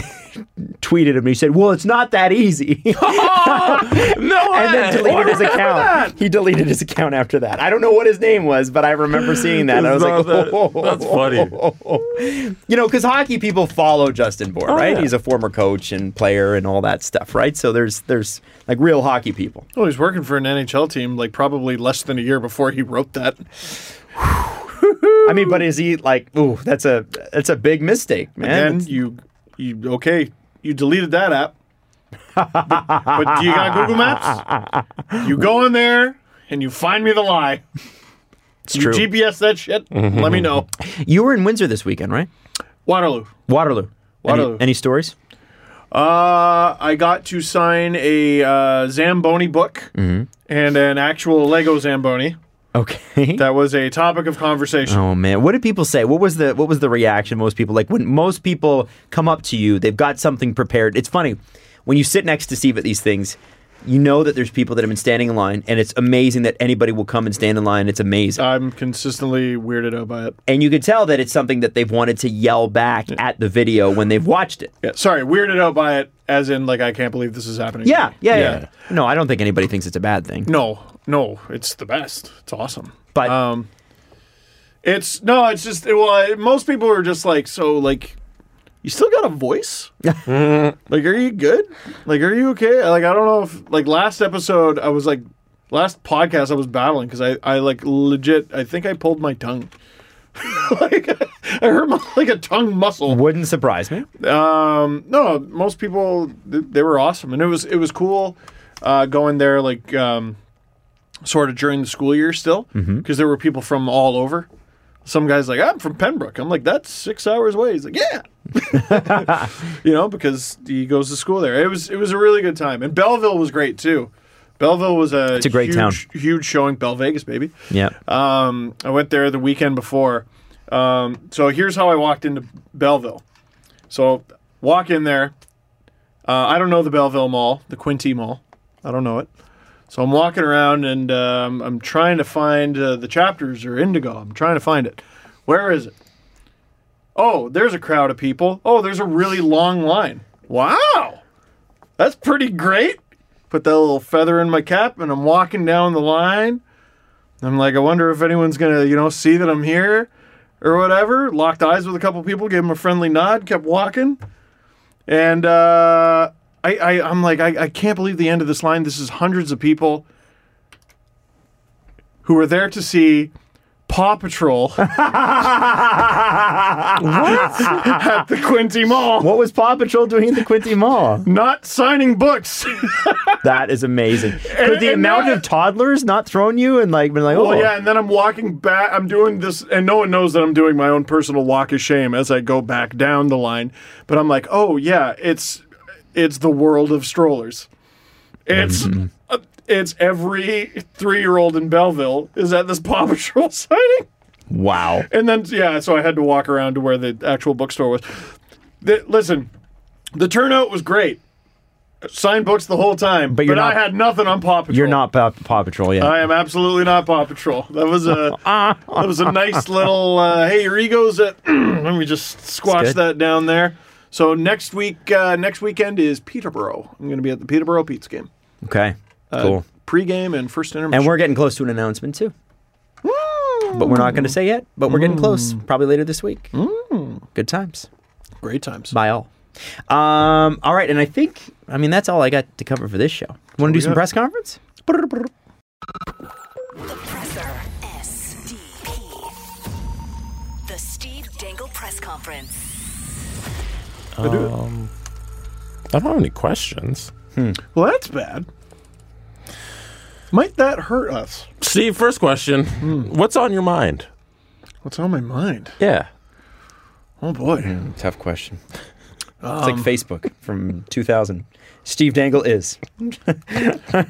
tweeted him and he said, Well, it's not that easy.
No way.
and then deleted his account. He deleted his account after that. I don't know what his name was, but I remember seeing that. and I was
It's
like,
not that- that's funny.
You know, because hockey people follow Justin Bohr, right?
Oh, yeah.
He's a former coach and player and all that stuff, right? So there's there's like real hockey people.
Well, Oh, he's working for an NHL team like probably less than a year before he wrote that.
I mean, but is he like, ooh, that's a that's a big mistake, man.
Then you, you okay? You deleted that app, but, but do you got Google Maps? You go in there and you find me the lie.
it's
You
true. Mm-hmm.
GPS that shit. Let me know.
you were in Windsor this weekend, right?
Waterloo.
Waterloo.
Waterloo.
Any, any stories?
Uh, I got to sign a uh, Zamboni book
Mm-hmm.
and an actual Lego Zamboni.
Okay.
That was a topic of conversation.
Oh man, what did people say? What was the what was the reaction? Most people like when most people come up to you, they've got something prepared. It's funny when you sit next to Steve at these things. You know that there's people that have been standing in line, and it's amazing that anybody will come and stand in line. It's amazing,
I'm consistently weirded out by it.
and you can tell that it's something that they've wanted to yell back at the video when they've watched it.
Yeah, sorry, weirded out by it, as in like I can't believe this is happening. to
Yeah,
me.
yeah, yeah. No, I don't think anybody thinks it's a bad thing.
No, no, it's the best. It's awesome.
But-
um, it's no, it's just well, I- most people are just like so like. You still got a voice? like, are you good? Like, are you okay? Like, I don't know if like last episode I was like, last podcast I was battling because I I like legit I think I pulled my tongue. like I hurt my like a tongue muscle.
Wouldn't surprise me.
Um, no, most people th- they were awesome, and it was it was cool uh, going there like um, sort of during the school year still because
Mm-hmm.
there were people from all over. Some guys like I'm from Pembroke. I'm like that's six hours away. He's like yeah, you know because he goes to school there. It was it was a really good time, and Belleville was great too. Belleville was a
It's a great
huge,
town.
huge showing. Bell Vegas baby.
Yeah.
Um, I went there the weekend before. Um, so here's how I walked into Belleville. So walk in there. Uh, I don't know the Belleville Mall, the Quinte Mall. I don't know it. So I'm walking around and um, I'm trying to find uh, the chapters or Indigo. I'm trying to find it. Where is it? Oh, there's a crowd of people. Oh, there's a really long line. Wow. That's pretty great. Put that little feather in my cap and I'm walking down the line. I'm like, I wonder if anyone's gonna, you know, see that I'm here or whatever. Locked eyes with a couple people, gave them a friendly nod, kept walking, and uh, I, I, I'm like, I, I can't believe the end of this line. This is hundreds of people who were there to see Paw Patrol at the Quincy Mall.
What was Paw Patrol doing at the Quincy Mall?
Not signing books.
That is amazing. Could the
and
amount
that-
of toddlers not thrown you and like been like, oh
Well, yeah, and then I'm walking back. I'm doing this, and no one knows that I'm doing my own personal walk of shame as I go back down the line. But I'm like, oh yeah, it's it's the world of strollers. It's
Mm-hmm.
uh, it's every three year old in Belleville is at this Paw Patrol signing,
wow,
and then yeah, so I had to walk around to where the actual bookstore was. The- listen, the turnout was great. Signed books the whole time, but,
you're
I
not-
had nothing on Paw Patrol.
you're not Paw, Paw Patrol yet.
I am absolutely not Paw Patrol. That was a that was a nice little uh, hey, your ego's at. let me just squash
good.
that down there. So next week, uh, next weekend is Peterborough. I'm going to be at the Peterborough Pete's game,
okay,
Uh,
cool.
pregame and first
And
intermission.
we're getting close to an announcement too. But we're not going to say yet. But we're
Mm.
getting close. Probably later this week. Good times.
great times.
By all. Um, all right, and I think I mean that's all I got to cover for this show. Want to do some
got.
press conference?
Presser. SDP. The Steve Dangle Press Conference.
I don't have any questions.
Well, that's bad. Might that hurt us?
Steve, first question. What's on your mind?
What's on my mind?
Yeah.
Oh boy.
Tough question.
Um,
it's like Facebook from 2000. Steve Dangle is.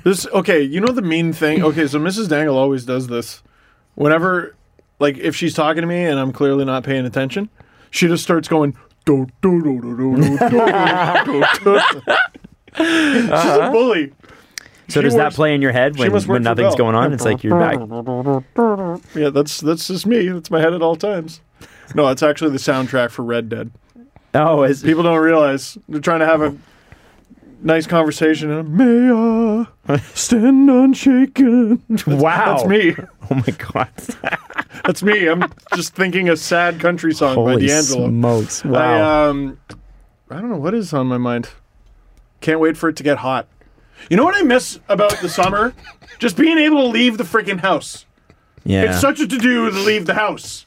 This okay, you know the mean thing. Okay, so Mrs. Dangle always does this. Whenever like if she's talking to me and I'm clearly not paying attention, she just starts going do do do do do do do do, do. She's a bully.
So
She
does that
works-
play in your head when,
must work
when
for
nothing's
Bell.
going on? It's like you're back.
Yeah, that's that's just me. That's my head at all times. No, it's actually the soundtrack for Red Dead.
Oh, is
People don't realize they're trying to have a nice conversation and may I stand unshaken.
wow.
That's me.
Oh my god.
That's me. I'm just thinking a sad country song by
Holy
D'Angelo.
smokes. Wow.
I um, I don't know what is on my mind. Can't wait for it to get hot. You know what I miss about the summer? Just being able to leave the freaking house.
yeah.
It's such a to do to leave the house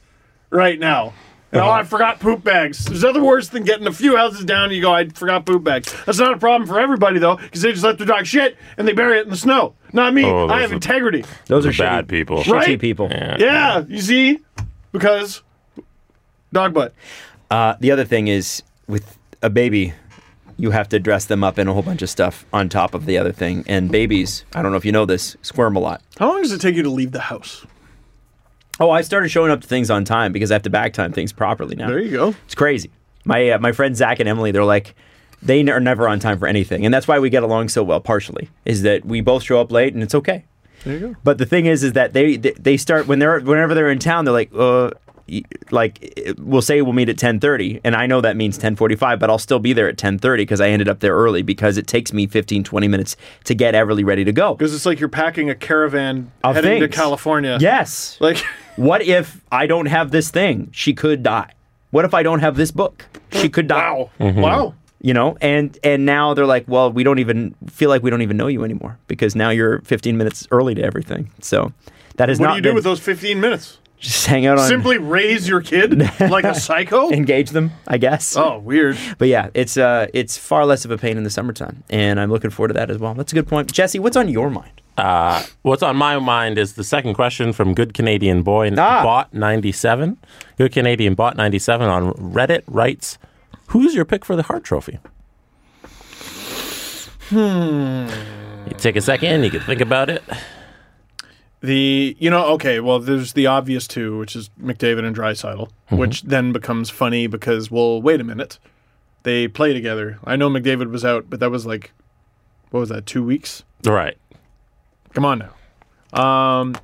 right now. And, oh, I
Uh-huh.
forgot poop bags. There's nothing worse than getting a few houses down and you go, I forgot poop bags. That's not a problem for everybody, though, because they just let their dog shit and they bury it in the snow. Not me. I
Oh, those
have
are-
integrity.
Those are
The bad
shitty-
people.
Shitty
Right?
people.
Yeah, you see? Because dog butt.
Uh, the other thing is with a baby, you have to dress them up in a whole bunch of stuff on top of the other thing. And babies, I don't know if you know this, squirm a lot.
How long does it take you to leave the house?
Oh, I started showing up to things on time because I have to back time things properly now.
There you go.
It's crazy. My uh, my friends Zach and Emily, they're like, they n- are never on time for anything, and that's why we get along so well. Partially is that we both show up late, and it's okay.
There you go.
But the thing is, is that they they, they start when they're whenever they're in town, they're like, uh, y- like eh, we'll say we'll meet at ten thirty, and I know that means ten forty five, but I'll still be there at ten thirty because I ended up there early because it takes me 15, 20 minutes to get Everly ready to go.
Because it's like you're packing a caravan
Of
heading to
things.
California.
Yes.
Like,
What if I don't have this thing? She could die. What if I don't have this book? She could die.
wow. Wow.
You know, and and now they're like, well, we don't even feel like we don't even know you anymore because now you're 15 minutes early to everything. So that is
What
not.
do you do
been-
with those 15 minutes?
Just hang out on.
Simply raise your kid like a psycho?
engage them, I guess.
Oh, weird.
But yeah, it's uh, it's far less of a pain in the summertime, and I'm looking forward to that as well. That's a good point, Jesse. What's on your mind?
Uh, what's on my mind is the second question from Good Canadian Boy
Ah.
Bot 97. Good Canadian Bot 97 on Reddit writes, Who's your pick for the Hart Trophy? Hmm. You take a second, you can think about it.
The, you know, okay, well, there's the obvious two, which is McDavid and Drysidle, which then becomes funny because, well, wait a minute. They play together. I know McDavid was out, but that was like, what was that, two weeks?
Right.
Come on now. Um,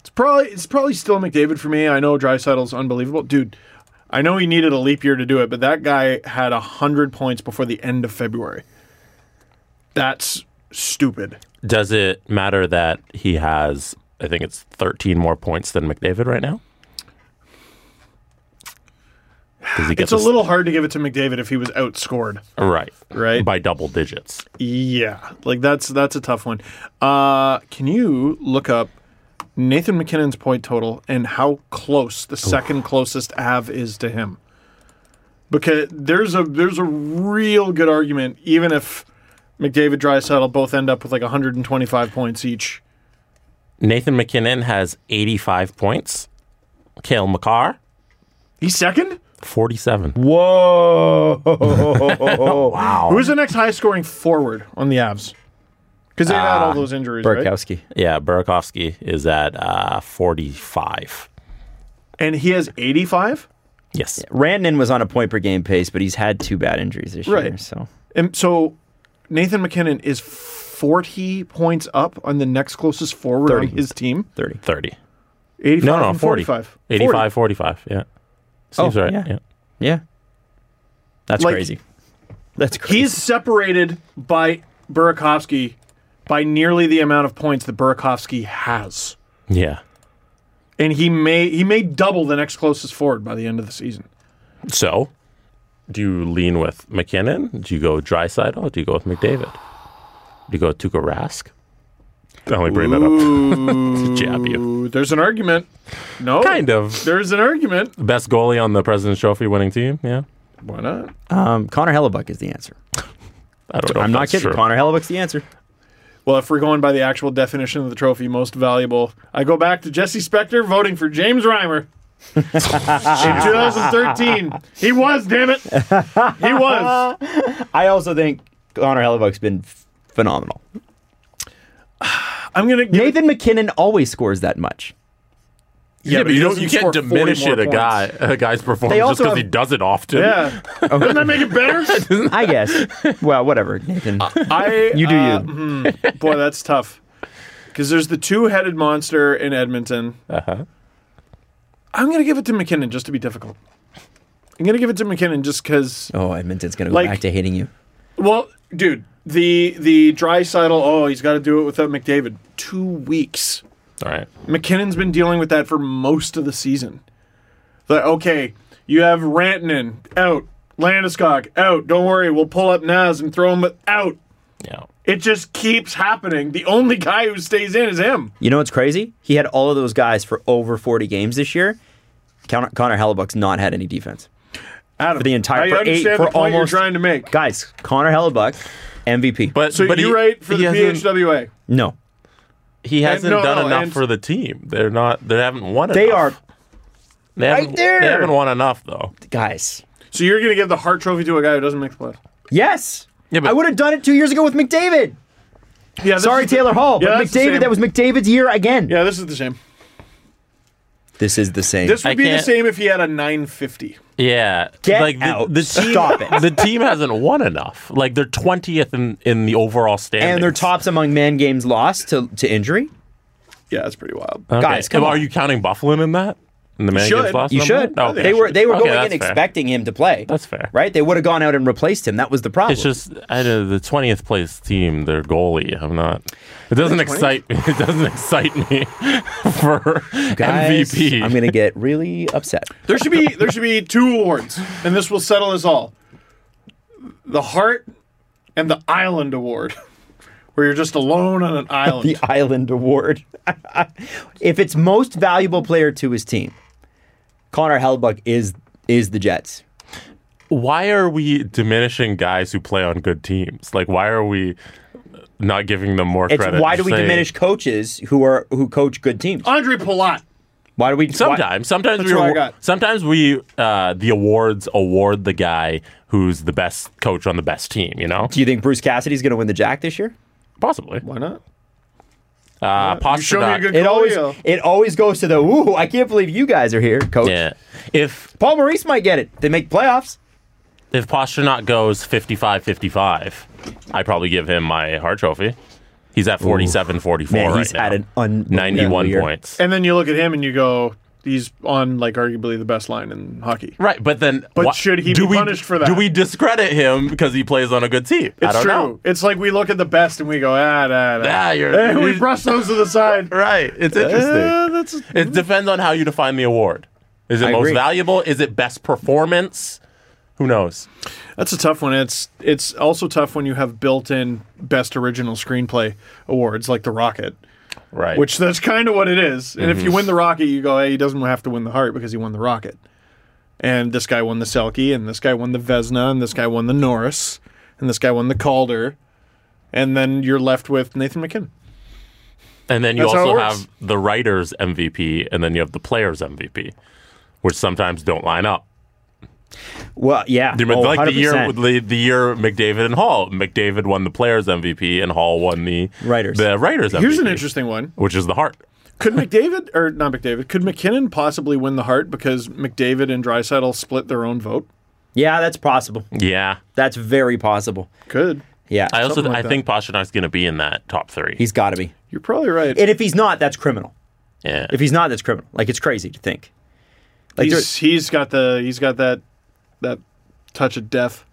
it's probably it's probably still McDavid for me. I know Drysaddle's unbelievable, dude. I know he needed a leap year to do it, but that guy had hundred points before the end of February. That's stupid.
Does it matter that he has, I think it's 13 more points than McDavid right now? 'Cause he
It's
gets
a
s-
little hard to give it to McDavid if he was outscored,
Right.
right?
By double digits.
Yeah, like that's that's a tough one. Uh, can you look up Nathan McKinnon's point total and how close the second closest Av is to him. Because there's a there's a real good argument, even if McDavid Drysaddle both end up with like 125 points each.
Nathan McKinnon has 85 points. Kale McCarr,
He's second?
47.
Whoa! wow.
Who's the next highest scoring forward on the Avs? Because they've
Ah,
had all those injuries, right?
Burkowski.
Yeah, Burakovsky is at uh, 45.
And he has 85?
Yes.
Rantanen was on a point per game pace, but he's had two bad injuries this year.
Right.
So
And so Nathan McKinnon is 40 points up on the next closest forward
30.
on his team.
30.
30.
85
No, no,
and
40.
45.
85, 45. Yeah. Seems
Oh,
right.
yeah.
Yeah.
Yeah. That's
Like-
crazy. That's crazy.
He's separated by Burakovsky by nearly the amount of points that Burakovsky has.
Yeah.
And he may he may double the next closest forward by the end of the season.
So, do you lean with McKinnon? Do you go Dryside? Or do you go with McDavid? Do you go with Tuukka Rask? I only bring that up to jab you.
Ooh, there's an argument. No.
Kind of.
There's an argument.
Best goalie on the President's Trophy winning team? Yeah.
Why not?
um, Connor Hellebuck is the answer.
I don't know.
I'm
if
not
that's
kidding.
true.
Connor Hellebuck's the answer.
Well, if we're going by the actual definition of the trophy, most valuable, I go back to Jesse Spector voting for James Reimer. in 2013, he was, damn it, he was.
I also think Connor Hellebuck's been f- phenomenal.
I'm gonna give it-
Nathan McKinnon always scores that much.
Yeah, but
he
you, don't,
doesn't
you
score
can't
40
diminish
more
it a
points.
guy a guy's performance
They
just
also
because he
have-
does it often.
Yeah, doesn't that make it better?
I guess. well, whatever, Nathan.
I
You do you.
uh, boy, that's tough. Because there's the two-headed monster in Edmonton. Uh huh.
Uh-huh.
I'm gonna give it to McKinnon just to be difficult. I'm gonna give it to McKinnon just because
oh, Edmonton's going to go
Like-
back to hating you.
Well, dude, the the Drysidle. Oh, he's got to do it without McDavid. Two weeks.
All right.
McKinnon's been dealing with that for most of the season. Like, okay, you have Rantanen out, Landeskog out. Don't worry, we'll pull up Nas and throw him out.
Yeah.
It just keeps happening. The only guy who stays in is him.
You know what's crazy? He had all of those guys for over 40 games this year. Connor, Connor Hellebuck's not had any defense.
Adam, for
the entire-
I
for eight-
understand
for
the point
almost-
you're trying to make.
Guys, Connor Hellebuck, MVP.
But
So
but
you're
he-
right for the
he hasn't-
PHWA.
no,
He hasn't
no,
done
no,
enough
and-
for the team. They're not. They haven't won.
they
enough.
are
They
right
haven't,
there.
They haven't won enough though.
guys.
So you're gonna give the Hart Trophy to a guy who doesn't make the playoffs?
Yes.
Yeah, but-
I would have done it two years ago with McDavid.
Yeah. this
Sorry,
is the-
Taylor Hall.
Yeah,
but
that's the same.
McDavid, that was McDavid's year again.
Yeah, this is the same.
This is the same.
This would
I
be the
can't-
same if he had a 950.
Yeah.
Get
like the,
out.
the team.
Stop it.
The team hasn't won enough. Like they're twentieth in, in the overall standings.
and they're tops among man games lost to, to injury.
Yeah, that's pretty wild.
Okay.
guys, come
Well,
on.
Are you counting Bufflin in that? In the man
should.
against Boston
You
on
should.
that? Okay.
They were they were
Okay,
going in
that's fair.
expecting him to play.
That's fair.
Right? They would have gone out and replaced him. That was the problem.
It's just I know, the twentieth place team. Their goalie. I'm not. It doesn't excite. Me. It doesn't excite me for
Guys,
MVP.
I'm gonna get really upset.
There should be there should be two awards, and this will settle us all. The Heart and the Island Award, where you're just alone on an island.
The Island Award. if it's most valuable player to his team, Connor Hellbuck is is the Jets.
why are we diminishing guys who play on good teams? Like, why are we not giving them more
It's
credit? Uh,
why do we
Say-
diminish coaches who are who coach good teams?
Andre Palat.
Why do we why-
Sometimes, sometimes
That's
we,
what I
awar-
got.
sometimes we, uh, the awards award the guy who's the best coach on the best team. You know,
Do you think Bruce Cassidy's going to win the Jack this year?
possibly.
Why not?
Uh,
You show me a
Pasternak.
good
It always
Coolio.
it always goes to the ooh. I can't believe you guys are here, coach.
Yeah. If
Paul Maurice might get it. They make playoffs.
if Pasternak goes 55-55, I probably give him my Hart Trophy. He's at 47-44
Man,
right
he's
now.
had an unbelievable
91
year.
points.
And then you look at him and you go, he's on like arguably the best line in hockey.
Right, but then
But
wha-
should he
do
be
we-
punished for that?
Do we discredit him because he plays on a good team? I
It's
don't
true.
know.
It's like we look at the best and we go, ah, da, da.
Ah, you're-
Eh, we brush those to the side.
Right, it's
Eh,
interesting.
that's
It depends on how you define the award. Is it
I
most
agree.
valuable? Is it best performance? Who knows?
That's a tough one. It's it's also tough when you have built-in best original screenplay awards like The Rocket,
Right.
which that's kind of what it is. And if you win the rocket, you go, hey, he doesn't have to win the heart because he won the rocket. And this guy won the Selkie, and this guy won the Vesna, and this guy won the Norris, and this guy won the Calder. And then you're left with Nathan McKinnon.
And then you
That's how it
also
works.
have the writer's MVP, and then you have the player's MVP, which sometimes don't line up.
Well, yeah.
Do you remember,
oh,
like the year
100%.
with the, the year McDavid and Hall? McDavid won the player's MVP, and Hall won the
Writers.
The writers. MVP,
Here's an interesting one.
which is the heart.
Could McDavid, or not McDavid, could McKinnon possibly win the heart because McDavid and Drysaddle split their own vote?
Yeah, that's possible.
Yeah,
That's very possible.
Could.
Yeah.
I also
Something like
I
that.
think Pasternak's going to be in that top three.
he's got to be.
You're probably right.
And if he's not, that's criminal.
yeah,
If he's not, that's criminal. Like it's crazy to think. Like there-
he's, he's got the he's got that that touch of death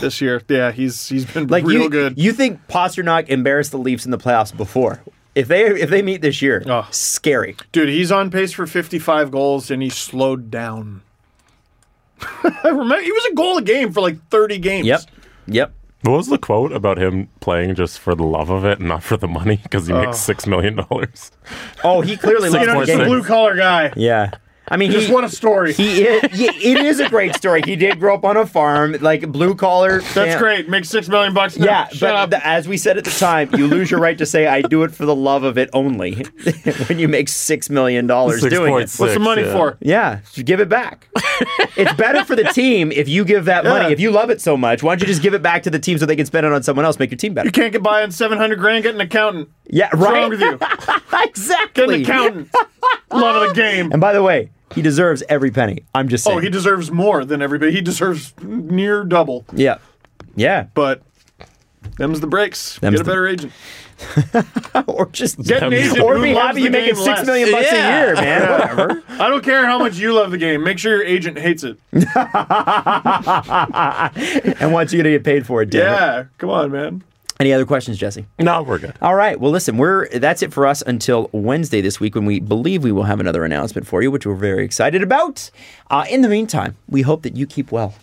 this year. Yeah, he's he's been
Oh. like
real
you,
good.
you think Pasternak embarrassed the Leafs in the playoffs before? If they if they meet this year,
Oh.
scary.
Dude, he's on pace for 55 goals and he slowed down. I remember he was a goal a game for like 30 games.
Yep. Yep.
what was the quote about him playing just for the love of it and not for the money because he makes six million dollars?
Oh, he clearly loves
You
Six
know,
more
the
he's a
six.
game.
blue collar guy.
Yeah. I mean,
Just
he,
what a story.
he is, yeah, it is a great story. He did grow up on a farm, like blue collar.
That's
fam-
great. Makes 6 million bucks now.
Yeah,
Shut
but
up.
th- as we said at the time, you lose your right to say I do it for the love of it only when you make six million dollars
Six
doing
point
it.
six,
What's the money
yeah.
for?
Yeah, just give it back. it's better for the team if you give that
Yeah.
money. If you love it so much, why don't you just give it back to the team so they can spend it on someone else, make your team better?
You can't get by on 700 grand, get an accountant.
Yeah, right.
What's wrong with you? Get an
exactly.
accountant. Love of the game.
And by the way, he deserves every penny. I'm just saying.
Oh, he deserves more than everybody. He deserves near double.
yeah, yeah.
But them's the breaks.
Them's
get a
the-
better agent.
or just
Get an agent
or
who
be
loves
happy
the
you making
game
six
less.
million bucks
Yeah.
a year, man. Whatever.
I don't care how much you love the game. Make sure your agent hates it.
and wants you to get paid for it. Damn It.
Yeah, come on, man.
Any other questions, Jesse?
No, we're good.
All right. Well, listen, we're that's it for us until Wednesday this week when we believe we will have another announcement for you, which we're very excited about. Uh, in the meantime, we hope that you keep well.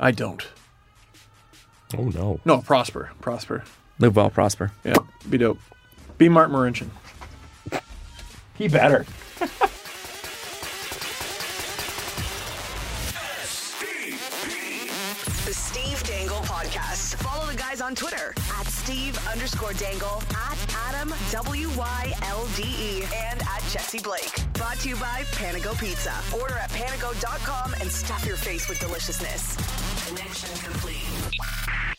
I don't.
Oh no.
No, prosper, prosper.
Live well, prosper.
Yeah, be dope. Be Mark Marincin.
He better.
The Steve Dangle Podcast. Follow the guys on Twitter at Steve underscore Dangle, at Adam W Y L D E, and at Jesse Blake. Brought to you by Panago Pizza. Order at panago.com and stuff your face with deliciousness. Connection complete.